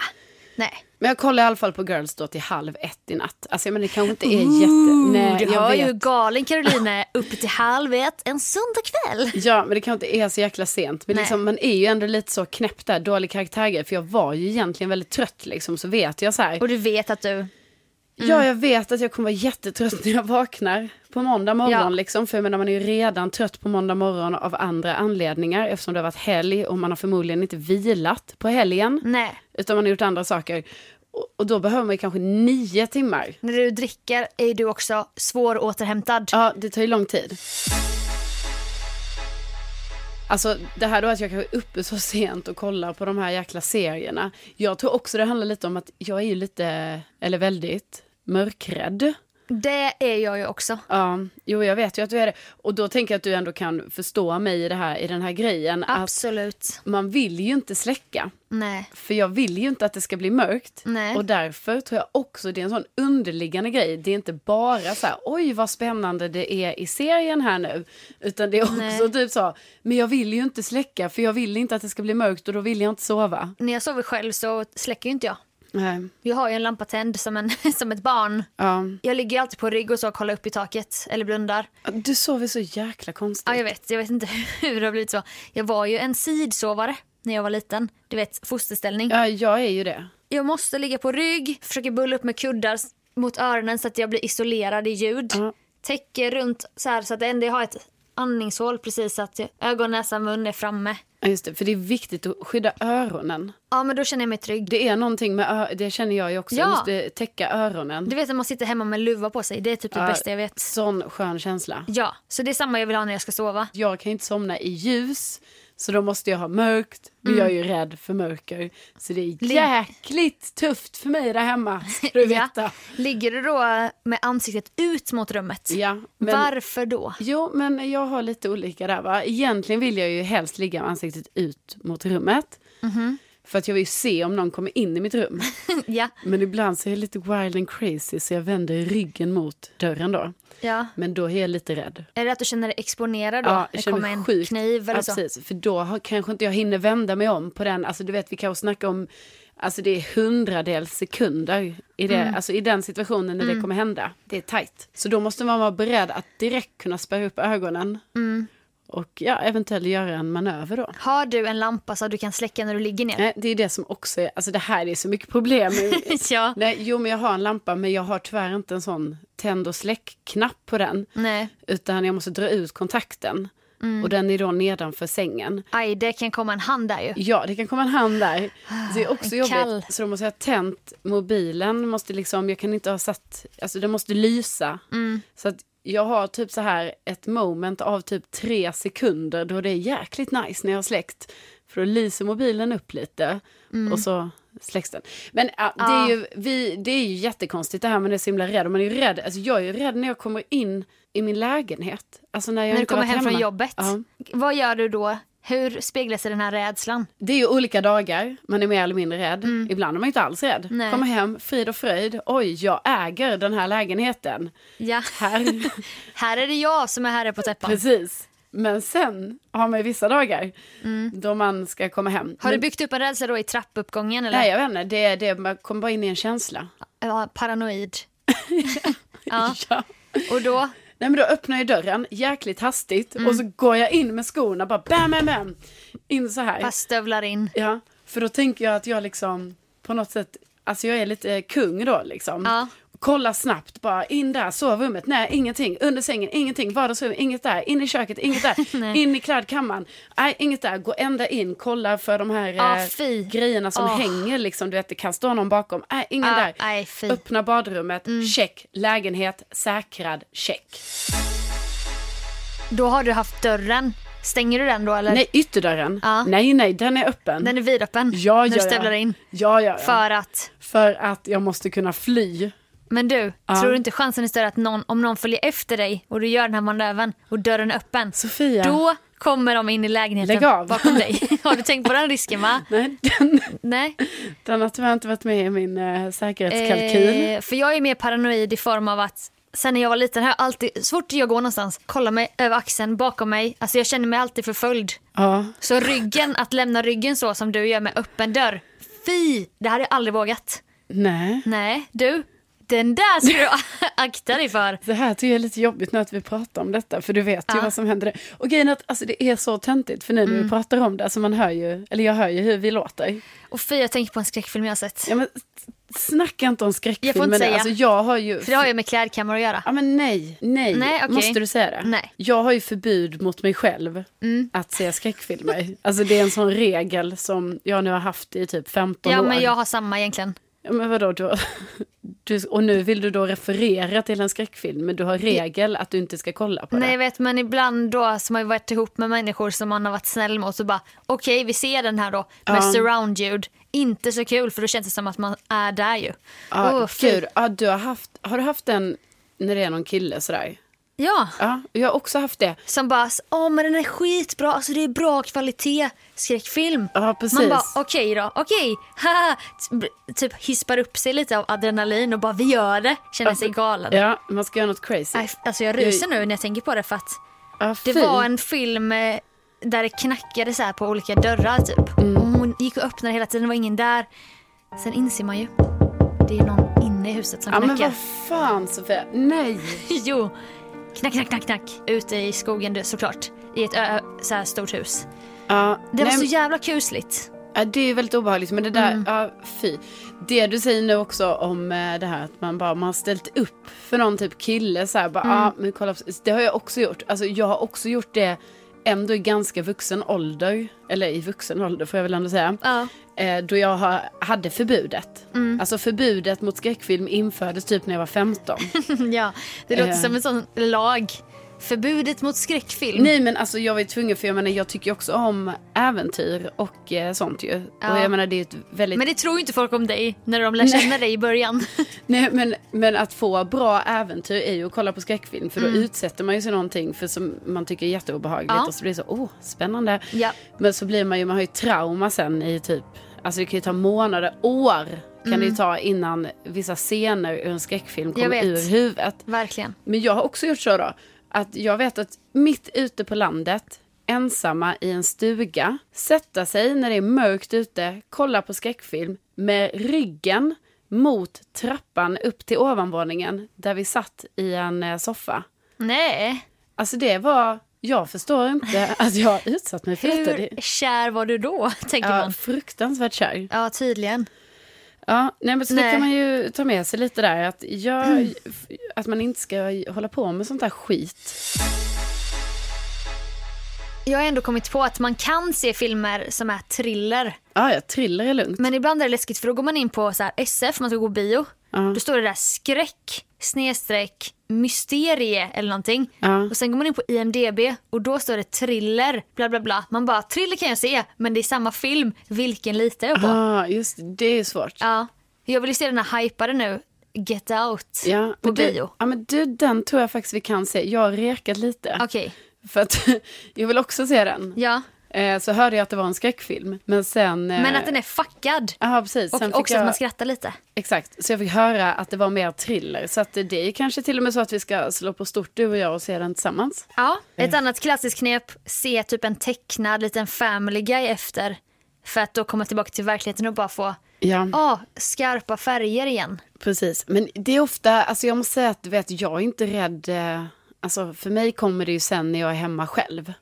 [SPEAKER 2] nej.
[SPEAKER 1] Men jag kollar i alla fall på Girls då till halv ett i natt. Alltså men det kanske inte är jätte... Nej,
[SPEAKER 2] Du
[SPEAKER 1] jag
[SPEAKER 2] hör
[SPEAKER 1] vet.
[SPEAKER 2] ju hur galen Carolina är uppe till halv ett en söndagkväll.
[SPEAKER 1] Ja, men det kanske inte är så jäkla sent. Men
[SPEAKER 2] Nej.
[SPEAKER 1] liksom, man är ju ändå lite så knäpp där, dålig karaktärgrej. För jag var ju egentligen väldigt trött liksom, så vet jag så här.
[SPEAKER 2] Och Mm. du vet att du,
[SPEAKER 1] Ja, jag vet att jag kommer vara jättetrött när jag vaknar på måndag morgon.
[SPEAKER 2] Ja.
[SPEAKER 1] Liksom, för jag menar, man är ju redan trött på måndag morgon av andra anledningar. Eftersom det har varit helg och man har förmodligen inte vilat på helgen.
[SPEAKER 2] nej.
[SPEAKER 1] Utan man har gjort andra saker. Och, och då behöver man ju kanske nio timmar.
[SPEAKER 2] När du dricker är du också svåråterhämtad.
[SPEAKER 1] Ja, det tar ju lång tid. Alltså det här då att jag kanske är uppe så sent och kollar på de här jäkla serierna. Jag tror också det handlar lite om att jag är ju lite, eller väldigt, mörkrädd.
[SPEAKER 2] Det är jag ju också.
[SPEAKER 1] Ja, jo jag vet ju att du är det. Och då tänker jag att du ändå kan förstå mig i, det här, i den här grejen. Att
[SPEAKER 2] Absolut.
[SPEAKER 1] man vill ju inte släcka.
[SPEAKER 2] Nej.
[SPEAKER 1] För jag vill ju inte att det ska bli mörkt.
[SPEAKER 2] Nej.
[SPEAKER 1] Och därför tror jag också det är en sån underliggande grej. Det är inte bara så här, oj vad spännande det är i serien här nu. Utan det är också
[SPEAKER 2] Nej.
[SPEAKER 1] typ så, men jag vill ju inte släcka för jag vill inte att det ska bli mörkt och då vill jag inte sova.
[SPEAKER 2] När jag sover själv så släcker ju inte jag.
[SPEAKER 1] Nej.
[SPEAKER 2] Jag har ju en lampa tänd som, en, som ett barn.
[SPEAKER 1] Ja.
[SPEAKER 2] Jag ligger ju alltid på rygg och så och kollar upp i taket eller blundar.
[SPEAKER 1] Du sover så jäkla konstigt.
[SPEAKER 2] Ja, jag vet. Jag vet inte hur det har blivit så. Jag var ju en sidsovare när jag var liten. Du vet, fosterställning.
[SPEAKER 1] Ja, jag är ju det.
[SPEAKER 2] Jag måste ligga på rygg, försöker bulla upp med kuddar s- mot öronen så att jag blir isolerad i ljud.
[SPEAKER 1] Ja.
[SPEAKER 2] Täcker runt så här så att det enda jag har är ett andningshål precis så att jag- ögon, näsa, mun är framme.
[SPEAKER 1] Ja, just det. För det är viktigt att skydda öronen.
[SPEAKER 2] Ja, men då känner jag mig trygg.
[SPEAKER 1] Det är någonting med ö- det känner jag ju också. Jag
[SPEAKER 2] Ja.
[SPEAKER 1] måste täcka öronen.
[SPEAKER 2] Du vet när man sitter hemma med luva på sig, det är typ det
[SPEAKER 1] Ja.
[SPEAKER 2] bästa jag vet.
[SPEAKER 1] Sån skön känsla.
[SPEAKER 2] Ja, så det är samma jag vill ha när jag ska sova.
[SPEAKER 1] jag kan ju inte somna i ljus, så då måste jag ha mörkt. Men jag är ju rädd för mörker. Så det är jäkligt tufft för mig där hemma, ska du veta.
[SPEAKER 2] Ja. Ligger du då med ansiktet ut mot rummet?
[SPEAKER 1] Ja, men,
[SPEAKER 2] Varför då?
[SPEAKER 1] Jo, men jag har lite olika där va. Egentligen vill jag ju helst ligga med ansiktet ut mot rummet. För att jag vill ju se om någon kommer in i mitt rum.
[SPEAKER 2] ja.
[SPEAKER 1] Men ibland så är jag lite wild and crazy så jag vänder ryggen mot dörren då.
[SPEAKER 2] ja.
[SPEAKER 1] Men då är jag lite rädd.
[SPEAKER 2] Är det att du känner dig exponerad då?
[SPEAKER 1] Ja, jag
[SPEAKER 2] det
[SPEAKER 1] känner
[SPEAKER 2] kommer
[SPEAKER 1] mig
[SPEAKER 2] en
[SPEAKER 1] sjukt.
[SPEAKER 2] kniv eller
[SPEAKER 1] ja,
[SPEAKER 2] så?
[SPEAKER 1] Precis, för då har, kanske inte jag hinner vända mig om på den. Alltså du vet, vi kan ju snacka om, alltså det är hundradels sekunder i, det,
[SPEAKER 2] Mm.
[SPEAKER 1] alltså, i den situationen när det kommer hända. Det är tajt. Så då måste man vara beredd att direkt kunna spärra upp ögonen.
[SPEAKER 2] Mm.
[SPEAKER 1] Och ja, eventuellt göra en manöver då.
[SPEAKER 2] Har du en lampa så du kan släcka när du ligger ner?
[SPEAKER 1] Nej, det är det som också är, alltså det här är så mycket problem.
[SPEAKER 2] ja.
[SPEAKER 1] Nej, jo men jag har en lampa men jag har tyvärr inte en sån tänd och släck-knapp på den.
[SPEAKER 2] Nej.
[SPEAKER 1] Utan jag måste dra ut kontakten.
[SPEAKER 2] Mm.
[SPEAKER 1] och den är då nedanför sängen.
[SPEAKER 2] Aj, det kan komma en hand där ju.
[SPEAKER 1] Ja, det kan komma en hand där. Så det är också
[SPEAKER 2] En
[SPEAKER 1] jobbigt.
[SPEAKER 2] kall.
[SPEAKER 1] Så då måste jag ha tänt mobilen. Måste liksom, jag kan inte ha satt, alltså den måste lysa.
[SPEAKER 2] Mm.
[SPEAKER 1] Så att jag har typ så här ett moment av typ tre sekunder då det är jäkligt nice när jag har släckt. För då lyser mobilen upp lite
[SPEAKER 2] Mm.
[SPEAKER 1] och så släcks den. Men ja, det,
[SPEAKER 2] Ah.
[SPEAKER 1] är ju, vi, det är ju jättekonstigt det här man är så himla rädd. Och Man är ju rädd. Alltså, jag är ju rädd när jag kommer in i min lägenhet. Alltså när jag
[SPEAKER 2] När du
[SPEAKER 1] inte
[SPEAKER 2] kommer
[SPEAKER 1] varit
[SPEAKER 2] hem från
[SPEAKER 1] hemma.
[SPEAKER 2] jobbet.
[SPEAKER 1] Ja.
[SPEAKER 2] Vad gör du då? Hur speglar sig den här rädslan?
[SPEAKER 1] Det är ju olika dagar, man är mer eller mindre rädd. Ibland är man inte alls rädd.
[SPEAKER 2] Mm. Nej.
[SPEAKER 1] Kommer hem, frid och fröjd. Oj, jag äger den här lägenheten.
[SPEAKER 2] Ja.
[SPEAKER 1] Här.
[SPEAKER 2] här är det jag som är herre på täppan.
[SPEAKER 1] Precis. Men sen har man ju vissa dagar då man ska komma hem.
[SPEAKER 2] Mm. Har du
[SPEAKER 1] Men-
[SPEAKER 2] byggt upp en rädsla då i trappuppgången? Eller?
[SPEAKER 1] Nej, jag vet inte. Det, är- det, är- man kommer bara in i en känsla.
[SPEAKER 2] Ja, paranoid.
[SPEAKER 1] Ja.
[SPEAKER 2] Ja. Och då?
[SPEAKER 1] Nej, men då öppnar jag dörren jäkligt hastigt
[SPEAKER 2] Mm.
[SPEAKER 1] och så går jag in med skorna bara bam, bam, bam. In så här.
[SPEAKER 2] Fast stövlar in.
[SPEAKER 1] Ja, för då tänker jag att jag liksom på något sätt, alltså jag är lite eh, kung då liksom.
[SPEAKER 2] Ja.
[SPEAKER 1] Kolla snabbt bara, in där, sovrummet, nej ingenting, under sängen, ingenting, vardagsrummet, inget där, in i köket, inget där,
[SPEAKER 2] Nej.
[SPEAKER 1] in i klädkammaren, nej inget där, gå ända in, kolla för de här
[SPEAKER 2] Ah,
[SPEAKER 1] eh,
[SPEAKER 2] fy.
[SPEAKER 1] grejerna som
[SPEAKER 2] Ah.
[SPEAKER 1] hänger liksom, du vet det kan stå någon bakom, nej ingen
[SPEAKER 2] Ah,
[SPEAKER 1] där.
[SPEAKER 2] nej, fy. Mm.
[SPEAKER 1] Öppna badrummet, check, lägenhet, säkrad, check.
[SPEAKER 2] Då har du haft dörren. Stänger du den då eller?
[SPEAKER 1] Nej, ytterdörren,
[SPEAKER 2] Ja.
[SPEAKER 1] nej nej, den är öppen.
[SPEAKER 2] Den är vidöppen
[SPEAKER 1] ja,
[SPEAKER 2] när
[SPEAKER 1] ja,
[SPEAKER 2] du stövlar
[SPEAKER 1] ja.
[SPEAKER 2] in.
[SPEAKER 1] Ja, ja, ja.
[SPEAKER 2] För att.
[SPEAKER 1] För att jag måste kunna fly.
[SPEAKER 2] Men du, tror du inte chansen är större att någon, om någon följer efter dig och du gör den här manövern och dörren är öppen.
[SPEAKER 1] Sofia.
[SPEAKER 2] Då kommer de in i lägenheten
[SPEAKER 1] Lägg av.
[SPEAKER 2] bakom dig. Har du tänkt på den risken va?
[SPEAKER 1] Nej, den,
[SPEAKER 2] Nej.
[SPEAKER 1] den har tyvärr inte varit med i min eh, säkerhetskalkyl.
[SPEAKER 2] Eh, för jag är mer paranoid i form av att sen när jag var liten har jag alltid, så fort jag går någonstans, kollar mig över axeln bakom mig. Alltså jag känner mig alltid förföljd.
[SPEAKER 1] Ja.
[SPEAKER 2] Så ryggen, att lämna ryggen så som du gör med öppen dörr. Fy, det hade jag aldrig vågat.
[SPEAKER 1] Nej.
[SPEAKER 2] Nej, du. Den där ska du akta dig för.
[SPEAKER 1] Det här tycker jag är lite jobbigt nu att vi pratar om detta, för du vet ju
[SPEAKER 2] Ja. Mm.
[SPEAKER 1] vad som händer. Och grejen är att alltså, det är så töntigt, för nu när vi pratar om det, alltså, man hör ju, eller jag hör ju hur vi låter.
[SPEAKER 2] Och fy, jag tänker på en skräckfilm jag har sett.
[SPEAKER 1] Ja, men, s- snacka inte om skräckfilmer.
[SPEAKER 2] Jag får inte
[SPEAKER 1] nu.
[SPEAKER 2] säga.
[SPEAKER 1] Alltså, jag har ju...
[SPEAKER 2] För det har ju med klädkammare att göra.
[SPEAKER 1] Ja men nej, nej.
[SPEAKER 2] Nej, okej.
[SPEAKER 1] Måste du säga det?
[SPEAKER 2] Nej. Mm.
[SPEAKER 1] Jag har ju förbud mot mig själv att se skräckfilmer. alltså det är en sån regel som jag nu har haft i typ 15
[SPEAKER 2] Ja,
[SPEAKER 1] år.
[SPEAKER 2] men jag har samma egentligen.
[SPEAKER 1] Ja, men vadå, du, har- du, och nu vill du då referera till en skräckfilm, men du har regel att du inte ska kolla på
[SPEAKER 2] Nej, jag
[SPEAKER 1] det.
[SPEAKER 2] vet, men ibland då som har jag varit ihop med människor som man har varit snäll mot och bara okej, vi ser den här då med surround-ljud. Inte så kul för då känns det som att man är där ju.
[SPEAKER 1] Ja,
[SPEAKER 2] Åh, fy.
[SPEAKER 1] gud, ja, du har, haft, har du haft en när det är någon kille sådär?
[SPEAKER 2] Ja,
[SPEAKER 1] Ja, jag har också haft det.
[SPEAKER 2] som bara åh men den är skitbra, alltså det är bra kvalitet skräckfilm.
[SPEAKER 1] Ja, precis.
[SPEAKER 2] Man bara okej då, okej, haha. T- Typ hispar upp sig lite av adrenalin och bara vi gör det, känner sig galen.
[SPEAKER 1] Ja, man ska göra något crazy.
[SPEAKER 2] Nej, Alltså jag ryser nu när jag tänker på det för att
[SPEAKER 1] Ja,
[SPEAKER 2] Det
[SPEAKER 1] fy.
[SPEAKER 2] var en film eh, där det knackade så här på olika dörrar typ.
[SPEAKER 1] Mm.
[SPEAKER 2] Och hon gick och öppnade hela tiden, det var ingen där. Sen inser man ju, det är någon inne i huset som
[SPEAKER 1] Ja, men
[SPEAKER 2] knackar.
[SPEAKER 1] vad fan Sofia, nej.
[SPEAKER 2] jo! Knack, knack, knack, knack. Ute i skogen du, såklart. I ett ö, så här stort hus.
[SPEAKER 1] Ja,
[SPEAKER 2] Det var
[SPEAKER 1] nej,
[SPEAKER 2] så jävla kusligt.
[SPEAKER 1] Ja, det är ju väldigt obehagligt, men det där,
[SPEAKER 2] Mm.
[SPEAKER 1] ja, fy. Det du säger nu också om eh, det här att man bara, man har ställt upp för någon typ kille så här, bara,
[SPEAKER 2] Mm.
[SPEAKER 1] ah, men kolla, på- det har jag också gjort. Alltså jag har också gjort det ändå i ganska vuxen ålder, eller i vuxen ålder får jag väl ändå säga.
[SPEAKER 2] Ja.
[SPEAKER 1] Eh, då jag har, hade förbudet.
[SPEAKER 2] Mm.
[SPEAKER 1] Alltså förbudet mot skräckfilm infördes typ när jag var 15.
[SPEAKER 2] ja, det låter
[SPEAKER 1] Eh.
[SPEAKER 2] som en sån lag. Förbudet mot skräckfilm.
[SPEAKER 1] Nej men alltså jag var ju tvungen för jag menar jag tycker ju också om äventyr och eh, sånt ju. Och
[SPEAKER 2] Ja.
[SPEAKER 1] jag menar det är ju ett väldigt
[SPEAKER 2] Men det tror ju inte folk om dig när de lär känna dig i början.
[SPEAKER 1] Nej, men, men att få bra äventyr är ju att kolla på skräckfilm för då utsätter man ju sig någonting för som man tycker är jätteobehagligt
[SPEAKER 2] Mm. Ja.
[SPEAKER 1] och så blir det så, åh, spännande.
[SPEAKER 2] Ja.
[SPEAKER 1] Men så blir man ju, man har ju trauma sen i typ, alltså det kan ju ta månader, år kan det ju ta innan vissa scener ur en skräckfilm kommer
[SPEAKER 2] Mm. vet.
[SPEAKER 1] ur huvudet.
[SPEAKER 2] Verkligen.
[SPEAKER 1] Men jag har också gjort så då, att jag vet att mitt ute på landet, ensamma i en stuga, sätta sig när det är mörkt ute, kolla på skräckfilm med ryggen mot trappan upp till ovanvåningen där vi satt i en eh, soffa.
[SPEAKER 2] Nej.
[SPEAKER 1] Alltså det var, jag förstår inte att jag utsatt mig för detta. Det,
[SPEAKER 2] Hur kär var du då, tänker
[SPEAKER 1] ja,
[SPEAKER 2] man.
[SPEAKER 1] fruktansvärt kär.
[SPEAKER 2] Ja, tydligen.
[SPEAKER 1] Ja, nej, men så det
[SPEAKER 2] Nej. Mm.
[SPEAKER 1] kan man ju ta med sig lite där, att, jag, att man inte ska hålla på med sånt där skit.
[SPEAKER 2] Jag har ändå kommit på att man kan se filmer som är thriller.
[SPEAKER 1] Ja, ja, thriller är lugnt.
[SPEAKER 2] Men ibland är det läskigt för då går man in på så här SF, man ska gå bio.
[SPEAKER 1] Ja.
[SPEAKER 2] Då står det där skräck, snedstreck, mysterie eller någonting.
[SPEAKER 1] Ja.
[SPEAKER 2] Och sen går man in på IMDB och då står det thriller, bla bla bla. Man bara, thriller kan jag se, men det är samma film, vilken litar jag på?
[SPEAKER 1] Ah, just det, det är svårt.
[SPEAKER 2] Ja. Jag vill ju se den här hypade nu, Get Out,
[SPEAKER 1] Ja,
[SPEAKER 2] på
[SPEAKER 1] men du,
[SPEAKER 2] bio.
[SPEAKER 1] Ja, men du, den tror jag faktiskt vi kan se. Jag har rekat lite.
[SPEAKER 2] Okej,
[SPEAKER 1] För att jag vill också se den.
[SPEAKER 2] ja.
[SPEAKER 1] Eh, så hörde jag att det var en skräckfilm. Men sen... eh,
[SPEAKER 2] Men att den är fuckad.
[SPEAKER 1] Ja, precis.
[SPEAKER 2] Och
[SPEAKER 1] Sen fick
[SPEAKER 2] också
[SPEAKER 1] jag,
[SPEAKER 2] att man skrattar lite.
[SPEAKER 1] Exakt. Så jag fick höra att det var mer thriller. Så att det är kanske till och med så att vi ska slå på stort du och jag och se den tillsammans.
[SPEAKER 2] Ja, ett
[SPEAKER 1] Eh.
[SPEAKER 2] annat klassiskt knep, se typ en tecknad liten family guy efter. För att då komma tillbaka till verkligheten och bara få,
[SPEAKER 1] Ja,
[SPEAKER 2] ja, skarpa färger igen.
[SPEAKER 1] precis. Men det är ofta, alltså jag måste säga att du vet, jag är inte rädd. eh, Alltså för mig kommer det ju sen när jag är hemma själv.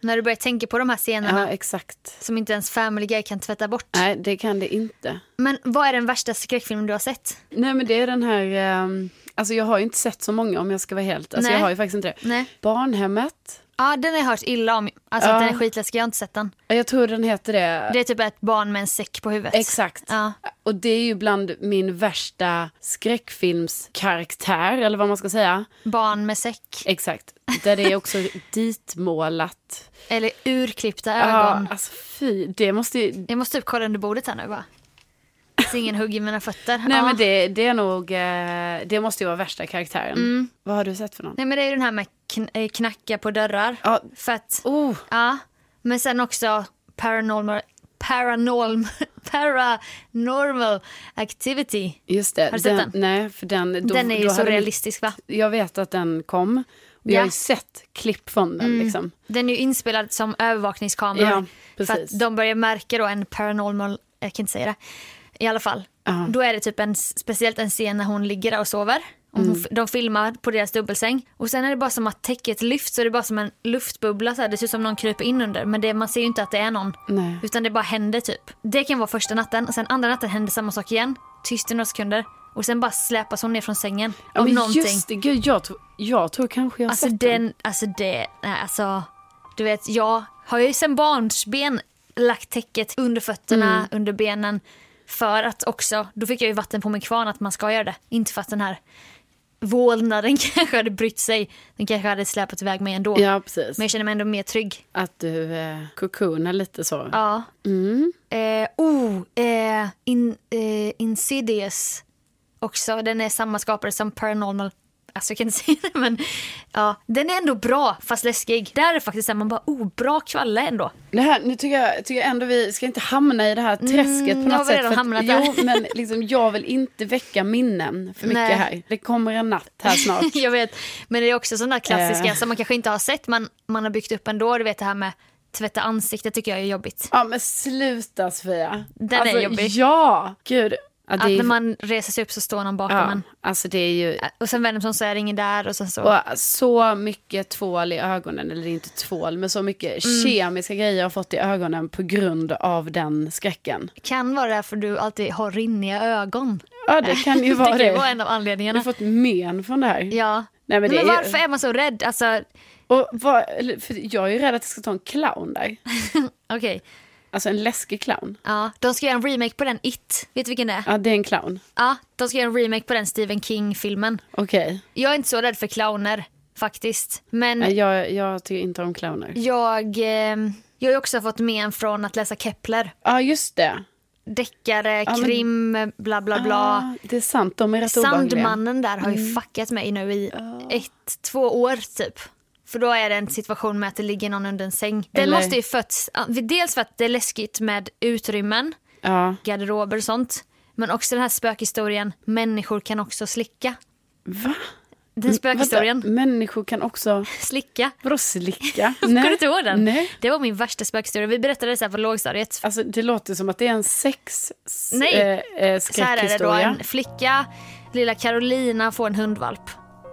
[SPEAKER 2] När du börjar tänka på de här scenerna
[SPEAKER 1] Ja, exakt.
[SPEAKER 2] som inte ens family guy kan tvätta bort.
[SPEAKER 1] Nej, det kan det inte.
[SPEAKER 2] Men vad är den värsta skräckfilmen du har sett?
[SPEAKER 1] Nej men det är den här, ehm, alltså jag har ju inte sett så många om jag ska vara helt, alltså
[SPEAKER 2] Nej.
[SPEAKER 1] jag har ju faktiskt inte det.
[SPEAKER 2] Nej.
[SPEAKER 1] Barnhemmet,
[SPEAKER 2] Ja, den har jag hört illa om. Alltså
[SPEAKER 1] Ja.
[SPEAKER 2] att den är skitläskig, jag har inte sett den.
[SPEAKER 1] jag tror den heter det.
[SPEAKER 2] Det är typ ett barn med en säck på huvudet.
[SPEAKER 1] Exakt.
[SPEAKER 2] Ja.
[SPEAKER 1] Och det är ju bland min värsta skräckfilmskaraktär, eller vad man ska säga.
[SPEAKER 2] Barn med säck.
[SPEAKER 1] Exakt. Där det är också ditmålat.
[SPEAKER 2] Eller urklippta
[SPEAKER 1] Ja,
[SPEAKER 2] ögon.
[SPEAKER 1] alltså fy, det måste ju...
[SPEAKER 2] Jag måste typ kolla under bordet här nu bara. Det är ingen hugg i mina fötter.
[SPEAKER 1] Nej
[SPEAKER 2] ja.
[SPEAKER 1] men det, det är nog, eh, det måste ju vara värsta karaktären.
[SPEAKER 2] Mm.
[SPEAKER 1] Vad har du sett för någon?
[SPEAKER 2] Nej men det är ju den här med kn- eh, knacka på dörrar.
[SPEAKER 1] Ja.
[SPEAKER 2] För att,
[SPEAKER 1] Oh,
[SPEAKER 2] ja. Men sen också paranormal, paranormal, paranormal activity.
[SPEAKER 1] just det.
[SPEAKER 2] Har du sett den?
[SPEAKER 1] Nej, för den... då-
[SPEAKER 2] den är ju
[SPEAKER 1] då
[SPEAKER 2] så
[SPEAKER 1] hade vi-
[SPEAKER 2] realistisk va?
[SPEAKER 1] jag vet att den kom. Och jag har
[SPEAKER 2] Ja. Mm.
[SPEAKER 1] ju sett klipp från den. Liksom.
[SPEAKER 2] Den är ju inspelad som övervakningskameror.
[SPEAKER 1] Ja,
[SPEAKER 2] för
[SPEAKER 1] precis.
[SPEAKER 2] att de börjar märka då en paranormal, jag kan inte säga det, i alla fall.
[SPEAKER 1] Ja.
[SPEAKER 2] Då är det typ en, speciellt en scen när hon ligger där och sover. Och
[SPEAKER 1] Mm.
[SPEAKER 2] hon, De filmar på deras dubbelsäng. Och sen är det bara som att täcket lyfts och det är bara som en luftbubbla. Så här. Det ser ut som någon kryper in under. Men det, man ser ju inte att det är någon.
[SPEAKER 1] Nej.
[SPEAKER 2] Utan det bara händer typ. Det kan vara första natten. Och sen andra natten händer samma sak igen. Tyst i några sekunder. Och sen bara släpas hon ner från sängen.
[SPEAKER 1] Ja,
[SPEAKER 2] av
[SPEAKER 1] men
[SPEAKER 2] någonting.
[SPEAKER 1] just det, gud, jag, tror, jag tror kanske jag har
[SPEAKER 2] Alltså
[SPEAKER 1] sett den.
[SPEAKER 2] den, alltså det, nej alltså. Du vet jag har ju sedan barnsben lagt täcket under fötterna,
[SPEAKER 1] Mm.
[SPEAKER 2] under benen. För att också, då fick jag ju vatten på min kvarn att man ska göra det. Inte för att den här vålnaden kanske hade brytt sig. Den kanske hade släpat iväg mig ändå.
[SPEAKER 1] Ja, precis.
[SPEAKER 2] Men jag känner mig ändå mer trygg.
[SPEAKER 1] Att du eh, cocoonar lite så.
[SPEAKER 2] Ja.
[SPEAKER 1] Mm.
[SPEAKER 2] Eh, oh, eh, in, eh, Insidious också. Den är samma skapare som Paranormal. Alltså jag kan inte säga det men ja, den är ändå bra fast läskig. Där är det faktiskt så här, man bara oh bra kvalle ändå.
[SPEAKER 1] Det här, nu tycker jag, tycker jag ändå vi ska inte hamna i det här träsket
[SPEAKER 2] Mm,
[SPEAKER 1] på
[SPEAKER 2] jag
[SPEAKER 1] något
[SPEAKER 2] har
[SPEAKER 1] sätt.
[SPEAKER 2] redan
[SPEAKER 1] för
[SPEAKER 2] hamnat där.
[SPEAKER 1] jo, men liksom, jag vill inte väcka minnen för mycket
[SPEAKER 2] Nej.
[SPEAKER 1] här. Det kommer en natt här snart.
[SPEAKER 2] jag vet, men det är också sådana klassiska
[SPEAKER 1] Eh.
[SPEAKER 2] som man kanske inte har sett men man har byggt upp ändå. Du vet det här med tvätta ansiktet tycker jag är jobbigt.
[SPEAKER 1] Ja, men sluta Sofia.
[SPEAKER 2] Den är jobbig.
[SPEAKER 1] Ja, gud. Ja, det
[SPEAKER 2] Att
[SPEAKER 1] är,
[SPEAKER 2] när man reser sig upp så står någon bakom
[SPEAKER 1] ja,
[SPEAKER 2] en. Eh,
[SPEAKER 1] alltså det är ju
[SPEAKER 2] Och sen vänder man sig om så är det ingen där och sen så.
[SPEAKER 1] Och så mycket tvål i ögonen, eller inte tvål, men så mycket
[SPEAKER 2] Mm.
[SPEAKER 1] kemiska grejer jag har fått i ögonen på grund av den skräcken.
[SPEAKER 2] Kan vara därför du alltid har rinniga ögon.
[SPEAKER 1] Ja, det kan ju vara
[SPEAKER 2] det
[SPEAKER 1] det.
[SPEAKER 2] kan vara en av
[SPEAKER 1] Jag
[SPEAKER 2] anledningarna.
[SPEAKER 1] har fått men från det här.
[SPEAKER 2] Ja.
[SPEAKER 1] Nej, men
[SPEAKER 2] men
[SPEAKER 1] det är ju-
[SPEAKER 2] varför är man så rädd? Alltså,
[SPEAKER 1] Och vad, eller, för jag är ju rädd att jag ska ta en clown där.
[SPEAKER 2] okej.
[SPEAKER 1] Alltså en läskig clown.
[SPEAKER 2] Ja, de ska göra en remake på den It. Vet du vilken det är?
[SPEAKER 1] Ja, det är en clown.
[SPEAKER 2] Ja, de ska göra en remake på den Stephen King-filmen.
[SPEAKER 1] Okej.
[SPEAKER 2] Jag är inte så rädd för clowner, faktiskt. Men
[SPEAKER 1] Nej, jag, jag tycker inte om clowner.
[SPEAKER 2] jag, eh, jag har ju också fått men från att läsa Kepler.
[SPEAKER 1] Ja, just det.
[SPEAKER 2] Deckare,
[SPEAKER 1] men-
[SPEAKER 2] krim, bla bla bla.
[SPEAKER 1] Ah, det är sant, de är rätt obehagliga.
[SPEAKER 2] Sandmannen där har ju
[SPEAKER 1] Mm.
[SPEAKER 2] fuckat mig nu i ett, två år typ. För då är det en situation med att det ligger någon under en säng. Den
[SPEAKER 1] Eller-
[SPEAKER 2] måste ju fötts, dels för att det är läskigt med utrymmen.
[SPEAKER 1] Ja,
[SPEAKER 2] garderober och sånt. Men också den här spökhistorien, människor kan också slicka.
[SPEAKER 1] va?
[SPEAKER 2] Den spökhistorien,
[SPEAKER 1] Mm, Vänta, människor kan också,
[SPEAKER 2] slicka.
[SPEAKER 1] vadå slicka?
[SPEAKER 2] Kommer du inte ihåg den?
[SPEAKER 1] Nej.
[SPEAKER 2] Det var min värsta spökhistoria. Vi berättade det så här på lågstadiet.
[SPEAKER 1] Alltså det låter som att det är en sex s-
[SPEAKER 2] Nej.
[SPEAKER 1] eh, eh,
[SPEAKER 2] Så här är det då,
[SPEAKER 1] skräckhistoria.
[SPEAKER 2] en flicka, lilla Carolina får en hundvalp.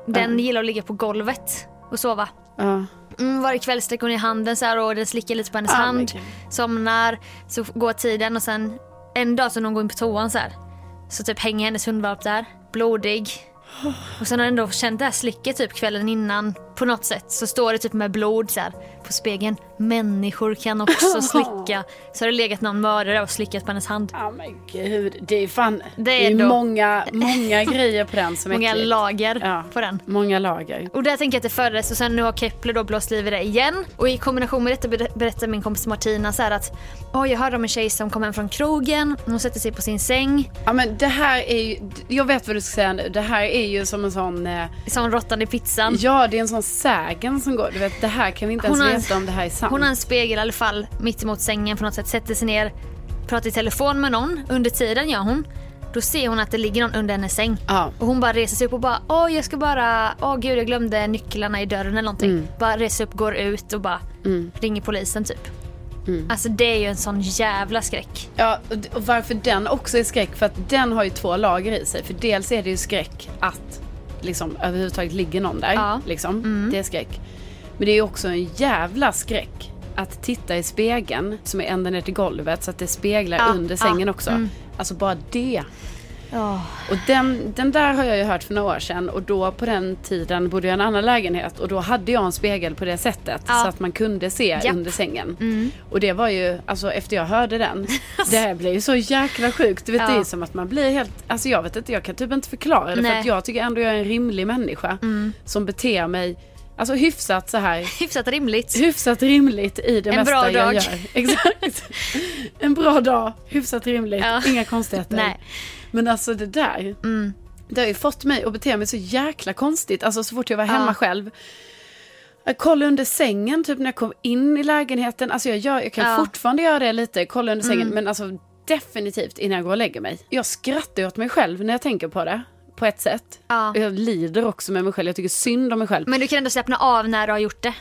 [SPEAKER 2] Den gillar att ligga på golvet och sova.
[SPEAKER 1] Ja.
[SPEAKER 2] Mm, varje kväll sträcker hon i handen så här och den slickar lite på hennes
[SPEAKER 1] Ah, men
[SPEAKER 2] hand.
[SPEAKER 1] gud.
[SPEAKER 2] Somnar, så går tiden och sen en dag så någon går in på toan så här. Så typ hänger hennes hundvalp där, blodig. Och sen har den då känt det här slicket typ kvällen innan på något sätt så står det typ med blod så här, på spegeln. Människor kan också slicka. Så har det legat någon mördare och slickat på hennes hand.
[SPEAKER 1] Ja men gud, det är fan, det är,
[SPEAKER 2] ändå-
[SPEAKER 1] många, många grejer på den som är
[SPEAKER 2] Många
[SPEAKER 1] äckligt.
[SPEAKER 2] lager
[SPEAKER 1] Ja.
[SPEAKER 2] på den.
[SPEAKER 1] Många lager.
[SPEAKER 2] Och där tänker jag att det föddes och sen nu har Kepler då blåst liv i det igen. Och i kombination med detta ber- berättar min kompis Martina så här att Åh, jag hörde om en tjej som kom hem från krogen. Hon sätter sig på sin säng.
[SPEAKER 1] Ja men det här är ju, jag vet vad du ska säga nu, det här är ju som en sån, eh,
[SPEAKER 2] Som råttan i pizzan.
[SPEAKER 1] ja det är en sån sägen som går, du vet det här kan vi inte ens
[SPEAKER 2] Hon har-
[SPEAKER 1] veta om det här är sant.
[SPEAKER 2] Hon har en spegel i alla fall mitt emot sängen på något sätt. Sätter sig ner, pratar i telefon med någon. Under tiden gör hon. Då ser hon att det ligger någon under hennes säng.
[SPEAKER 1] Ja.
[SPEAKER 2] Och hon bara reser sig upp och bara åh jag ska bara, åh gud jag glömde nycklarna i dörren eller någonting. Bara reser sig upp, går ut och bara ringer polisen typ. Alltså det är ju en sån jävla skräck.
[SPEAKER 1] Ja, och d- och varför den också är skräck, för att den har ju två lager i sig. För dels är det ju skräck att liksom överhuvudtaget ligger någon där.
[SPEAKER 2] Ja.
[SPEAKER 1] Liksom. Det är skräck. Men det är ju också en jävla skräck att titta i spegeln som är ända ner till golvet så att det speglar
[SPEAKER 2] Ja,
[SPEAKER 1] under sängen
[SPEAKER 2] ja,
[SPEAKER 1] också. Alltså bara det. Och den, den där har jag ju hört för några år sedan och då på den tiden bodde jag i en annan lägenhet och då hade jag en spegel på det sättet
[SPEAKER 2] Ja.
[SPEAKER 1] så att man kunde se
[SPEAKER 2] Japp. Mm.
[SPEAKER 1] under sängen. Och det var ju, alltså efter jag hörde den, det här blir ju så jäkla sjukt. Du vet,
[SPEAKER 2] Ja.
[SPEAKER 1] Det är som att man blir helt, alltså jag vet inte, jag kan typ inte förklara det för
[SPEAKER 2] Nej. Mm.
[SPEAKER 1] att jag tycker ändå jag är en rimlig människa som beter mig, alltså hyfsat så här
[SPEAKER 2] Hyfsat rimligt.
[SPEAKER 1] Hyfsat rimligt i det
[SPEAKER 2] En
[SPEAKER 1] mesta
[SPEAKER 2] bra
[SPEAKER 1] jag
[SPEAKER 2] dag.
[SPEAKER 1] gör. Exakt. En bra dag, hyfsat rimligt,
[SPEAKER 2] Ja.
[SPEAKER 1] inga konstigheter.
[SPEAKER 2] Nej.
[SPEAKER 1] Men alltså det där,
[SPEAKER 2] Mm.
[SPEAKER 1] det har ju fått mig att bete mig så jäkla konstigt. Alltså så fort jag var hemma
[SPEAKER 2] Ja.
[SPEAKER 1] själv. Jag kollade under sängen typ när jag kom in i lägenheten. Alltså jag, gör, jag kan
[SPEAKER 2] Ja. Mm.
[SPEAKER 1] fortfarande göra det lite, kolla under sängen. Men alltså definitivt innan jag går och lägger mig. Jag skrattar ju åt mig själv när jag tänker på det. På ett sätt.
[SPEAKER 2] Ja.
[SPEAKER 1] Jag lider också med mig själv. Jag tycker synd om mig själv.
[SPEAKER 2] Men du kan ändå slappna av när du har gjort det.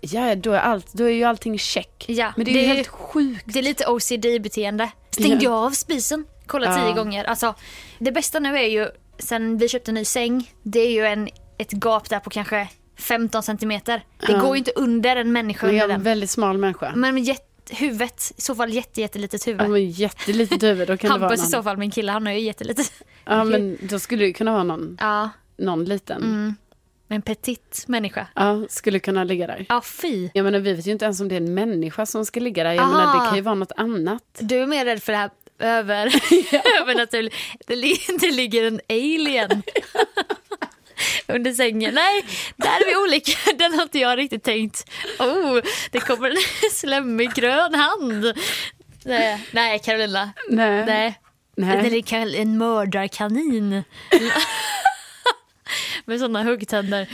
[SPEAKER 1] Ja, då är, allt, då är ju allting check.
[SPEAKER 2] Ja,
[SPEAKER 1] Men det är ju
[SPEAKER 2] det är-
[SPEAKER 1] helt sjukt.
[SPEAKER 2] Det är lite OCD-beteende. Stängde jag av spisen? Kolla
[SPEAKER 1] Ja.
[SPEAKER 2] tio gånger. Alltså, det bästa nu är ju, sen vi köpte en ny säng, det är ju en, ett gap där på kanske 15 centimeter. Det
[SPEAKER 1] Ja.
[SPEAKER 2] går ju inte under en människa
[SPEAKER 1] Men
[SPEAKER 2] under
[SPEAKER 1] jag är en
[SPEAKER 2] den. Mm.
[SPEAKER 1] väldigt smal människa.
[SPEAKER 2] Men med jätt, huvudet, i så fall jätte, jättelitet huvud.
[SPEAKER 1] Ja, men jättelitet huvud, då kan det vara
[SPEAKER 2] Hampus i
[SPEAKER 1] någon.
[SPEAKER 2] så fall, min kille, han har ju jättelitet.
[SPEAKER 1] Ja, men då skulle det kunna vara någon,
[SPEAKER 2] Ja,
[SPEAKER 1] någon liten.
[SPEAKER 2] Mm. en petit människa.
[SPEAKER 1] Ja, skulle kunna ligga där.
[SPEAKER 2] Ja, fy.
[SPEAKER 1] Jag menar, vi vet ju inte ens om det är en människa som ska ligga där. Jag
[SPEAKER 2] Aha.
[SPEAKER 1] menar, det kan ju vara något annat.
[SPEAKER 2] Du är mer rädd för det här över, övernaturligt. Det, li- det ligger en alien under sängen. Nej, där är vi olika. Den har inte jag riktigt tänkt. Oh, det kommer en slemmig grön hand. Nej, nej Carolina.
[SPEAKER 1] Nej.
[SPEAKER 2] Nej.
[SPEAKER 1] Nej.
[SPEAKER 2] Det är kanske en mördarkanin. Med sådana huggtänder.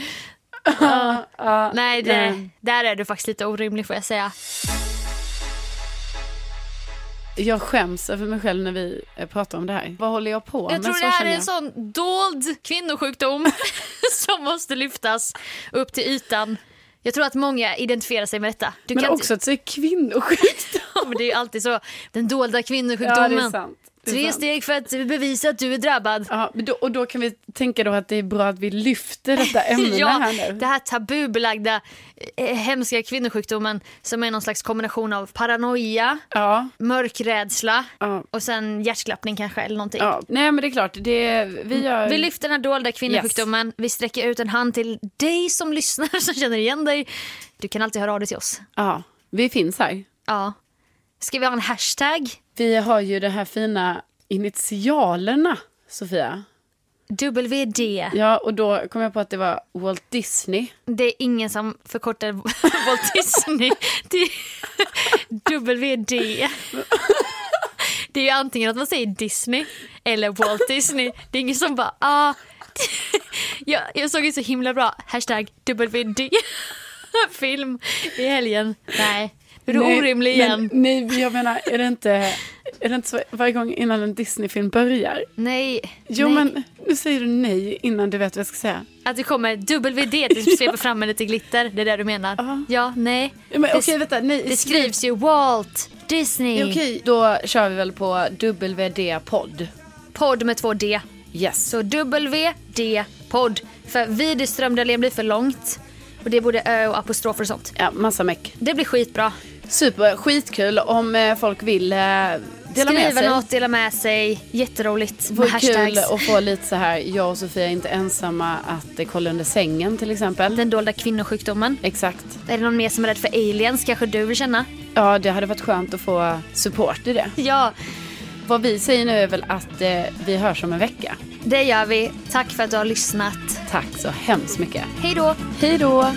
[SPEAKER 1] Ja, ja,
[SPEAKER 2] Nej,
[SPEAKER 1] nej.
[SPEAKER 2] det, där är du faktiskt lite orimlig får jag säga.
[SPEAKER 1] Jag skäms över mig själv när vi eh, pratar om det här. Vad håller jag på med?
[SPEAKER 2] Jag tror
[SPEAKER 1] Så
[SPEAKER 2] det här
[SPEAKER 1] känner
[SPEAKER 2] är en
[SPEAKER 1] jag.
[SPEAKER 2] sån dold kvinnosjukdom som måste lyftas upp till ytan. Jag tror att många identifierar sig med detta. Du
[SPEAKER 1] Men
[SPEAKER 2] kan
[SPEAKER 1] också att det är kvinnosjukt.
[SPEAKER 2] inte, men det är ju alltid så. Den dolda
[SPEAKER 1] Ja, det
[SPEAKER 2] kvinnosjukdomen.
[SPEAKER 1] är sant. Det är
[SPEAKER 2] Tre
[SPEAKER 1] sant.
[SPEAKER 2] steg för att bevisa att du är drabbad.
[SPEAKER 1] Ja, men då, och då kan vi tänka då att det är bra att vi lyfter detta ämne
[SPEAKER 2] Ja,
[SPEAKER 1] här nu.
[SPEAKER 2] det här tabubelagda eh, hemska kvinnosjukdomen som är någon slags kombination av paranoia,
[SPEAKER 1] Ja,
[SPEAKER 2] mörkrädsla
[SPEAKER 1] ja,
[SPEAKER 2] och sen hjärtklappning kanske eller någonting.
[SPEAKER 1] ja. Nej men det är klart, det, vi gör...
[SPEAKER 2] Mm. Vi lyfter den här dolda kvinnosjukdomen. Vi sträcker ut en hand till dig som lyssnar som känner igen dig. Du kan alltid höra av dig till oss.
[SPEAKER 1] ja, vi finns här.
[SPEAKER 2] Ja. Ska vi ha en hashtag?
[SPEAKER 1] Vi har ju de här fina initialerna, Sofia.
[SPEAKER 2] WD.
[SPEAKER 1] Ja, och då kom jag på att det var Walt Disney.
[SPEAKER 2] Det är ingen som förkortar Walt Disney till WD. Det är ju antingen att man säger Disney eller Walt Disney. Det är ingen som bara ah. Jag, jag såg ju så himla bra hashtag WD film i helgen. Nej, nu är du
[SPEAKER 1] Nej,
[SPEAKER 2] orimlig igen.
[SPEAKER 1] Men, nej, jag menar, är det inte, är det inte så varje gång innan en Disney-film börjar?
[SPEAKER 2] Nej.
[SPEAKER 1] Jo,
[SPEAKER 2] nej.
[SPEAKER 1] men nu säger du nej innan du vet vad jag ska säga.
[SPEAKER 2] Att det kommer WD tills typ sveper fram med lite glitter. Det är det du menar?
[SPEAKER 1] Ja.
[SPEAKER 2] Ja, nej.
[SPEAKER 1] Men,
[SPEAKER 2] det,
[SPEAKER 1] okej, vänta, nej.
[SPEAKER 2] det skrivs ju Walt Disney.
[SPEAKER 1] Okej, då kör vi väl på WD-podd.
[SPEAKER 2] Podd med två D.
[SPEAKER 1] Yes.
[SPEAKER 2] Så WD-podd. För Widerström-Dahlén blir för långt. Och det är både ö och apostrofer och sånt.
[SPEAKER 1] Ja, massa meck.
[SPEAKER 2] Det blir skitbra.
[SPEAKER 1] Super, skitkul om eh, folk vill eh, Dela med
[SPEAKER 2] Skriva
[SPEAKER 1] sig.
[SPEAKER 2] något, dela med sig. Jätteroligt med
[SPEAKER 1] Vore kul
[SPEAKER 2] hashtags.
[SPEAKER 1] att få lite så här, jag och Sofia är inte ensamma att eh, kolla under sängen till exempel.
[SPEAKER 2] Den dolda kvinnosjukdomen.
[SPEAKER 1] Exakt.
[SPEAKER 2] Är det någon mer som är rädd för aliens kanske du vill känna?
[SPEAKER 1] Ja, det hade varit skönt att få support i det.
[SPEAKER 2] Ja,
[SPEAKER 1] Vad vi säger nu är väl att eh, vi hörs om en vecka.
[SPEAKER 2] det gör vi. Tack för att du har lyssnat.
[SPEAKER 1] Tack så hemskt mycket.
[SPEAKER 2] Hej då!
[SPEAKER 1] Hej då!